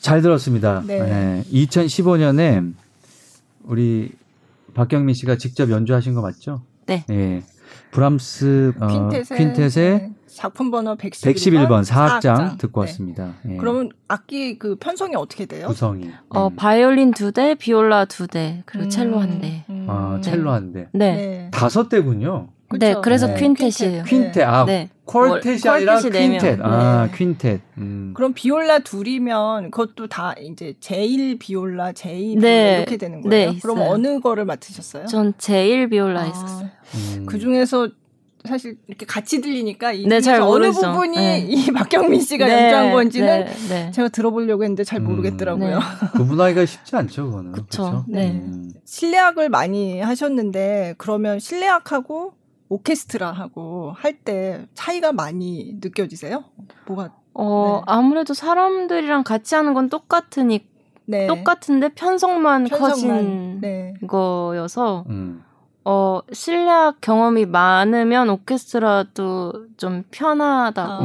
잘 들었습니다.
네.
2015년에 우리 박경민 씨가 직접 연주하신 거 맞죠?
네.
예. 브람스 어,
퀸텟의,
퀸텟의
네, 작품 번호 111번,
111번 사악장 듣고
네.
왔습니다. 예.
그러면 악기 그 편성이 어떻게 돼요?
구성이
어,
음.
바이올린 두 대, 비올라 두 대, 그리고
음,
첼로 한 대.
음.
아, 첼로 한 대.
네. 네.
네.
다섯 대군요.
그쵸?
그래서
네.
퀸텟이에요.
퀸텟
네.
아
네.
퀄텟이
월-
아니라
퀄텟이 네 명.
퀸텟. 아,
네.
퀸텟. 음.
그럼 비올라 둘이면 그것도 다 이제 제1 비올라, 제2
네.
이렇게 되는
네,
거예요? 그럼
있어요.
어느 거를 맡으셨어요? 아,
전 제일 비올라 했었어요.
음.
그 중에서 사실 이렇게 같이 들리니까 이
네, 잘
중에서 어느
모르죠.
부분이
네.
이 박경민 씨가
네,
연주한 건지는
네, 네.
제가 들어보려고 했는데 잘
음.
모르겠더라고요.
그 구분하기가 쉽지 않죠, 그거는.
그쵸.
그쵸?
네.
음.
실내악을 많이 하셨는데 그러면 실내악하고 오케스트라하고 할 때 차이가 많이 느껴지세요? 뭐가
어,
네.
아무래도 사람들이랑 같이 하는 건 똑같으니
네.
똑같은데 편성만,
편성만.
커진
네.
거여서
음.
어, 실내악 경험이 많으면 오케스트라도 좀 편하다고.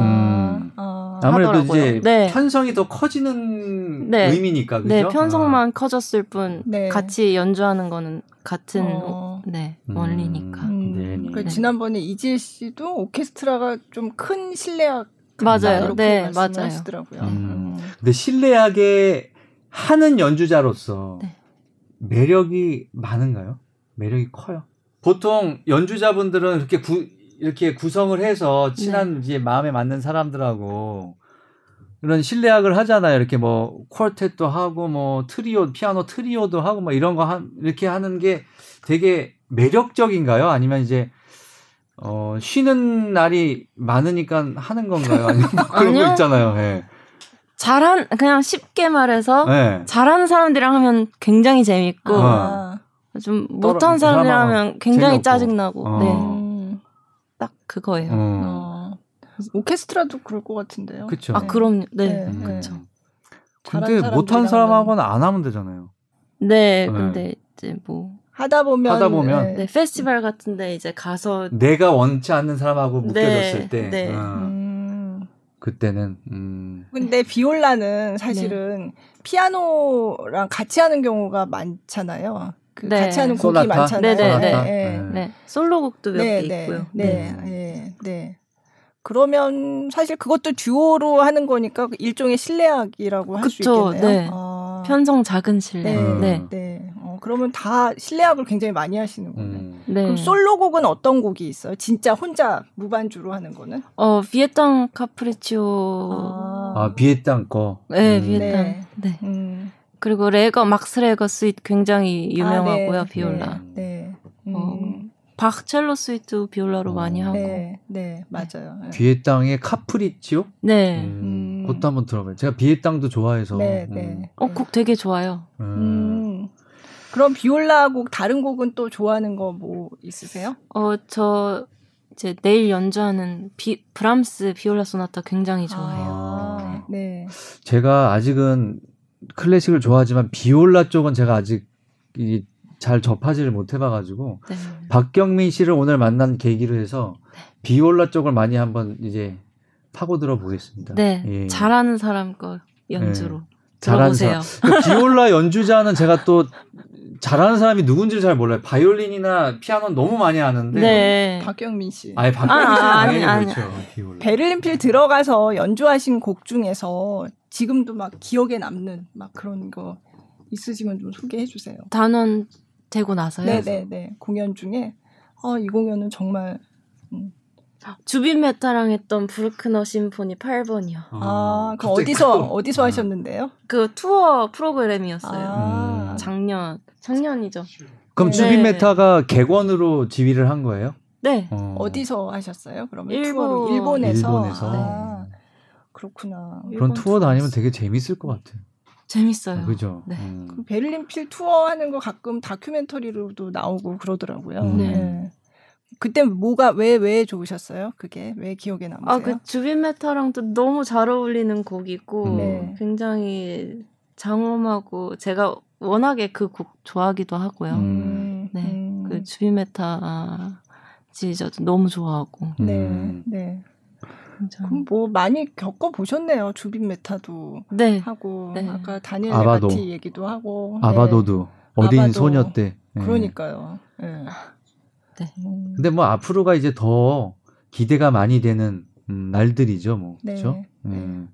아,
음.
아.
아무래도
하더라고요.
이제
네.
편성이 더 커지는
네.
의미니까 음, 그죠? 아.
네, 편성만 커졌을 뿐
네.
같이 연주하는 거는 같은
어.
네,
음.
원리니까.
음.
네, 네.
그
네.
지난번에 이지혜 씨도 오케스트라가 좀 큰 실내악
맞아요.
맞아요.
이렇게
네,
말씀을
맞아요.
하시더라고요.
음.
음.
근데 실내악에 하는 연주자로서
네.
매력이 많은가요? 매력이 커요? 보통 연주자분들은 이렇게 구, 이렇게 구성을 해서
네.
친한 이제 마음에 맞는 사람들하고 이런 실내악을 하잖아요. 이렇게 뭐 퀄텟도 하고 뭐 트리오 피아노 트리오도 하고 뭐 이런 거 한, 이렇게 하는 게 되게 매력적인가요? 아니면 이제 어 쉬는 날이 많으니까 하는 건가요? 아니면 뭐 그런 거
아니요.
있잖아요. 예.
잘한 그냥 쉽게 말해서
예.
잘하는 사람들이랑 하면 굉장히 재밌고
아.
좀
떨어-
못한 사람들이랑
사람하고
하면 굉장히
재미없고.
짜증나고
어.
네,
음.
딱 그거예요.
어.
어. 오케스트라도 그럴 것 같은데요.
그쵸.
아 그럼
어. 네,
네,
음.
그쵸. 잘하는
근데 못한
사람들이랑은-
사람하고는 안 하면 되잖아요. 네.
네, 근데 이제 뭐
하다 보면
하다 보면.
네.
네, 페스티벌 같은데 이제 가서
내가 원치 않는 사람하고 묶여졌을
네,
때,
네.
어,
음.
그때는 음,
근데 비올라는
네.
사실은 피아노랑 같이 하는 경우가 많잖아요. 그
네.
같이 하는 곡이
소나타?
많잖아요.
네, 네,
소나타?
네.
네.
네, 솔로곡도 몇 개
네,
있고요.
네,
음.
네, 네. 그러면 사실 그것도 듀오로 하는 거니까 일종의 실내악이라고 할 수
그쵸,
있겠네요.
네.
아,
편성 작은 실내.
네,
음.
네.
네. 어, 그러면 다 실내악을 굉장히 많이 하시는 거네. 요
음.
네.
그럼 솔로곡은 어떤 곡이 있어요? 진짜 혼자 무반주로 하는 거는?
어, 비에탕 카프리치오.
아 비에땅 거.
네,
음.
비에탕.
네.
네.
음.
그리고 레거, 막스 레거 스윗 굉장히 유명하고요,
아, 네,
비올라.
네. 네. 음,
어, 박첼로 스윗도 비올라로
어.
많이 하고. 네.
네, 네, 맞아요. 네.
비에땅의 카프리치오?
네.
음.
음, 그것도 한번 들어봐요. 제가 비에땅도 좋아해서.
네,
음,
네.
어, 곡 되게 좋아요.
음.
음. 그럼 비올라 곡 다른 곡은 또 좋아하는 거 뭐 있으세요?
어, 저 이제 내일 연주하는 비, 브람스 비올라 소나타 굉장히 좋아해요.
아, 네.
제가 아직은 클래식을 좋아하지만 비올라 쪽은 제가 아직 이, 잘 접하지를 못해봐가지고
네.
박경민 씨를 오늘 만난 계기로 해서 비올라 쪽을 많이 한번 이제 파고들어 보겠습니다.
네.
예. 네.
잘하는 사람 거 연주로
잘하는
들어보세요.
그 비올라 연주자는 제가 또 잘하는 사람이 누군지를 잘 몰라요. 바이올린이나 피아노는 너무 많이 아는데.
네.
박경민 씨.
아예 박경민 씨는
아, 아,
당연히
아니,
그렇죠. 비올라.
베를린필 들어가서 연주하신 곡 중에서 지금도 막 기억에 남는 막 그런 거 있으시면 좀 소개해 주세요.
단원 되고 나서요.
네, 네, 네. 공연 중에 아, 이 공연은 정말
주빈 메타랑 했던 부르크너 심포니 8번이요.
아, 그
어. 음, 갑자기
어디서
또-
어디서
아.
하셨는데요?
그 투어 프로그램이었어요.
아.
음.
작년 작년이죠.
그럼
네.
주빈 메타가 객원으로 지휘를 한 거예요?
네.
어.
어디서 하셨어요? 그러면
일본. 네.
투어로 일본에서.
일본에서.
아, 그렇구나.
그런
일본
투어 다니면
투어였어요.
되게 재밌을 것 같아요.
재밌어요.
그죠?
네.
음.
그 베를린 필 투어 하는 거 가끔 다큐멘터리로도 나오고 그러더라고요.
음.
네.
예. 그때 뭐가 왜 왜 좋으셨어요? 그게 왜 기억에 남으세요?
아 그 주빈 메타랑도 너무 잘 어울리는 곡이고
네.
굉장히 장엄하고 제가 워낙에 그 곡 좋아하기도 하고요.
음.
네,
음.
그 주빈 메타 지저도 너무 좋아하고
네,
음.
네. 그럼 뭐 많이 겪어 보셨네요. 주빈 메타도
네.
하고
네.
아까 다니엘
아바도.
레바티 얘기도 하고
아바도도 어린
네. 아바도.
소녀 때. 예.
네. 그러니까요. 네.
네.
음,
근데 뭐 앞으로가 이제 더 기대가 많이 되는 음, 날들이죠, 뭐.
네.
그렇죠? 예.
네.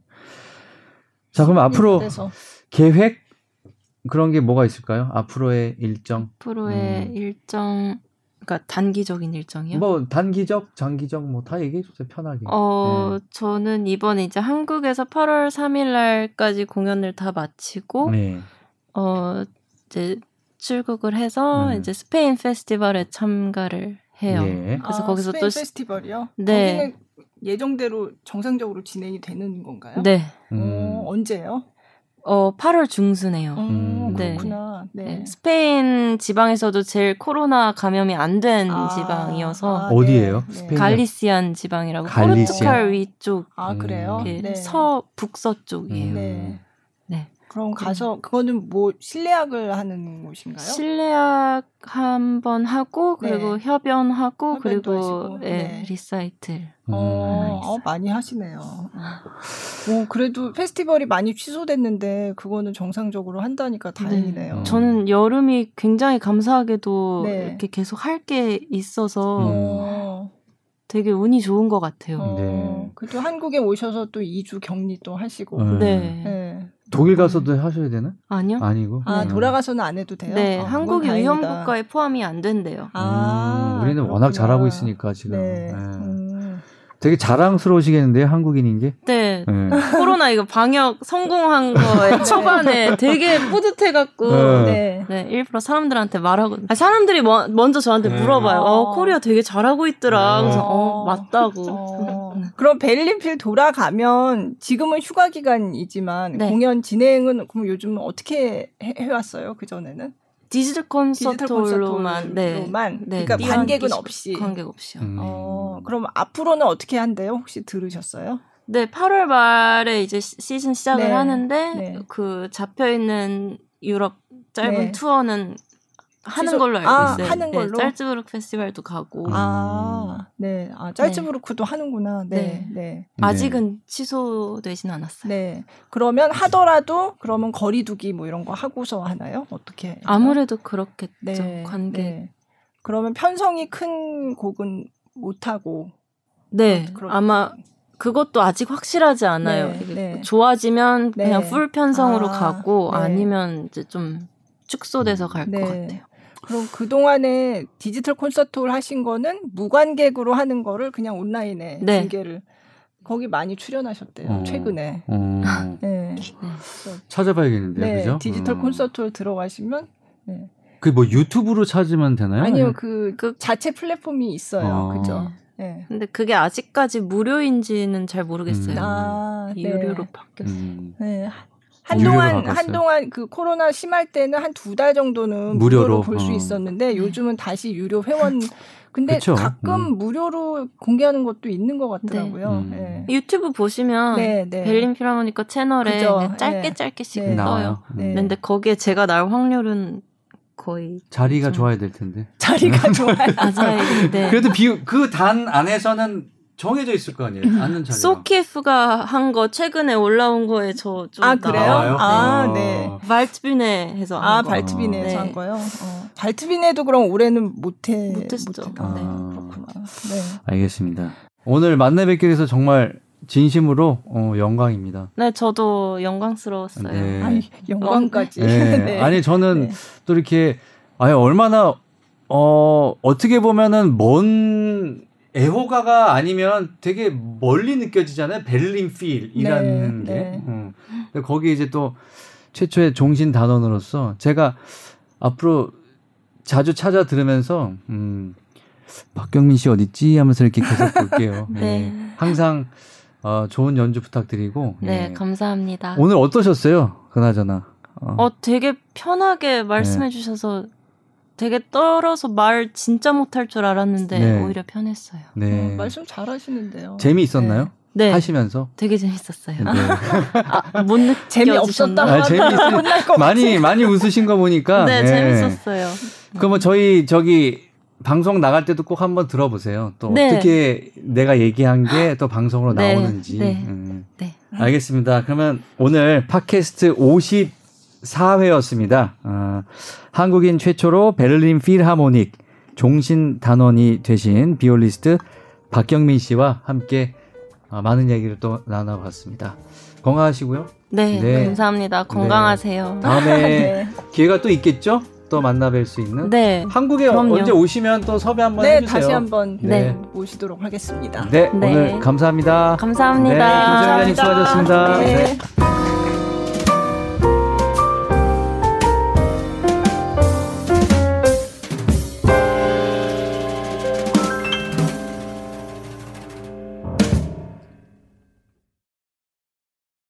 자, 그럼 앞으로
그래서
계획 그런 게 뭐가 있을까요? 앞으로의 일정.
앞으로의
음.
일정, 그러니까 단기적인 일정이요?
뭐 단기적, 장기적 뭐 다 얘기해 주세요. 편하게.
어,
음.
저는 이번에 이제 한국에서 8월 3일 날까지 공연을 다 마치고,
네.
어, 이제 출국을 해서
음.
이제 스페인 페스티벌에 참가를 해요.
예.
그래서
아,
거기서
스페인
또 시-
페스티벌이요.
네.
거기는 예정대로 정상적으로 진행이 되는 건가요?
네.
음.
어, 언제요?
어, 8월 중순에요.
어,
음,
네.
그렇구나. 네.
네, 스페인 지방에서도 제일 코로나 감염이 안 된
아,
지방이어서
아,
어디예요?
네,
스페인?
네.
갈리시안 지방이라고
갈리시안.
포르투갈 위쪽
아 그래요?
음.
예,
네.
서 북서쪽이에요.
네.
네.
그럼 가서 그거는 뭐 실내악을 하는 곳인가요? 네.
실내악 한번 하고 그리고 협연하고
협연도
그리고
하시고,
예,
네.
리사이틀.
어,
음.
아,
어, 많이 하시네요. 어, 그래도 페스티벌이 많이 취소됐는데 그거는 정상적으로 한다니까 다행이네요.
음.
저는 여름이 굉장히 감사하게도
네.
이렇게 계속 할 게 있어서
음.
어,
되게 운이 좋은 것 같아요.
어,
네.
그래도 한국에 오셔서 또 2주 격리 또 하시고.
음.
네.
네.
독일 가서도 하셔야 되나?
아니요?
아니고.
아,
음.
돌아가서는 안 해도 돼요? 아,
네,
그건
한국이
다행이다.
위험 국가에 포함이 안 된대요.
아,
음, 우리는
그렇구나.
워낙 잘하고 있으니까 지금.
네.
예.
음.
되게 자랑스러우시겠는데요, 한국인인 게.
네,
예.
코로나 이거 방역 성공한 거에 초반에 되게 뿌듯해갖고
네.
어, 네.
네, 일부러 사람들한테 말하거든요. 아, 사람들이 뭐- 먼저 저한테
네.
물어봐요.
어.
어, 코리아 되게 잘하고 있더라.
어.
그래서 어, 맞다고.
어,
음.
그럼 베를린필 돌아가면 지금은 휴가 기간이지만
네.
공연 진행은 그럼 요즘 어떻게 해, 해왔어요? 그 전에는
디지털
디지털 콘서트로만
콘서트로만 네. 네,
그러니까
띄워놓기
관객은
시-
없이.
관객 없이요.
음.
어, 그럼 앞으로는 어떻게 한대요? 혹시 들으셨어요?
네, 8월 말에 이제 시- 시즌 시작을
네.
하는데
네.
그 잡혀 있는 유럽 짧은
네.
투어는 하는
취소-
걸로 알고
아,
있어요.
하는
네,
걸로?
짤츠부르크 페스티벌도 가고
음.
아, 네. 아, 짤츠부르크도 하는구나. 네, 네.
네.
아직은 취소되진 않았어요.
네. 그러면 하더라도 그러면 거리두기 뭐 이런 거 하고서 하나요? 어떻게? 해요?
아무래도 그렇겠죠.
네,
관객.
네. 그러면 편성이 큰 곡은 못 하고
네,
그렇-
아마 그것도 아직 확실하지 않아요.
네,
이게
네.
좋아지면
네.
그냥 풀 편성으로
아,
가고
네.
아니면 이제 좀 축소돼서 갈 것
네.
같아요.
그럼 그 동안에 디지털 콘서트를 하신 거는 무관객으로 하는 거를 그냥 온라인에
네.
중계를 거기 많이 출연하셨대요
어.
최근에.
어,
네,
찾아봐야겠는데요,
네,
그죠? 음.
디지털
네.
콘서트를 들어가시면
그게 뭐 유튜브로 찾으면 되나요?
아니요 그, 자체 플랫폼이 있어요,
어.
그죠?
네.
네.
근데 그게 아직까지 무료인지는 잘 모르겠어요.
음.
아, 네.
유료로 바뀌었어요.
음.
네. 한-
유료로
한동안
바꿨어요?
한동안 그 코로나 심할 때는 한 두 달 정도는
무료로?
무료로, 볼 수
어.
있었는데 요즘은 다시 유료 회원 근데
그쵸.
가끔 무료로 공개하는 것도 있는 것 같더라고요.
음.
네.
유튜브 보시면
네, 네.
음. 벨린 피라모니카 채널에
그죠.
그냥 짧게
네.
짧게씩
네.
떠요.
나와요. 음.
네.
근데 거기에 제가 나올 확률은 거의
자리가
좀-
좋아야 될 텐데. 음.
자리가 좋아요. 네.
아자일인데
그래도 그 단 안에서는 정해져 있을 거 아니에요. 앉는 자리가.
소키에프가 한 거 최근에 올라온 거에 저좀
아, 그래요?
나와요?
아,
어.
네.
발트빈에 해서
아,
한 거.
발트빈에서
네.
한 거요? 어. 발트빈에도 그럼 올해는 못해.
못했죠.
못했구나. 아,
네.
그렇구나. 네.
알겠습니다. 오늘 만나 뵙게 돼서 정말 진심으로 어, 영광입니다.
네, 저도 영광스러웠어요.
네.
아니, 영광까지.
네. 아니 저는
네.
또 이렇게 아니 얼마나 어 어떻게 보면은 먼 애호가가 아니면 되게 멀리 느껴지잖아요. 베를린 필이라는
네,
게.
네.
음. 근데 거기 이제 또 최초의 종신 단원으로서 제가 앞으로 자주 찾아 들으면서 음 박경민 씨 어딨지 하면서 이렇게 계속 볼게요.
네.
예. 항상 어, 좋은 연주 부탁드리고
네,
예.
감사합니다.
오늘 어떠셨어요? 그나저나. 어.
어, 되게 편하게
네.
말씀해 주셔서 되게 떨어서 말 진짜 못할 줄 알았는데
네.
오히려 편했어요.
네.
어, 말씀 잘 하시는데요.
재미있었나요?
네.
하시면서.
되게 재밌었어요.
네.
아, 못 느껴
재미없었다.
아, 재미있-
혼날 것 같아.
아, 많이 많이 웃으신 거 보니까.
네,
네.
재밌었어요.
그럼 뭐 저희 저기 방송 나갈 때도 꼭 한번 들어보세요. 또
네.
어떻게 내가 얘기한 게 또 방송으로
네,
나오는지.
네.
음.
네.
알겠습니다. 그러면 오늘 팟캐스트 54회였습니다. 아, 한국인 최초로 베를린 필하모닉 종신 단원이 되신 비올리스트 박경민 씨와 함께 아, 많은 얘기를 또 나눠봤습니다. 건강하시고요.
네,
네.
감사합니다. 건강하세요.
다음에
네.
기회가 또 있겠죠? 또 만나뵐 수 있는.
네.
한국에
그럼요.
언제 오시면 또 섭외 한번
네,
해주세요.
다시 한번
네.
모시도록 하겠습니다.
네,
네.
오늘 감사합니다.
감사합니다.
네, 김정현님
감사합니다.
수고하셨습니다.
네.
네.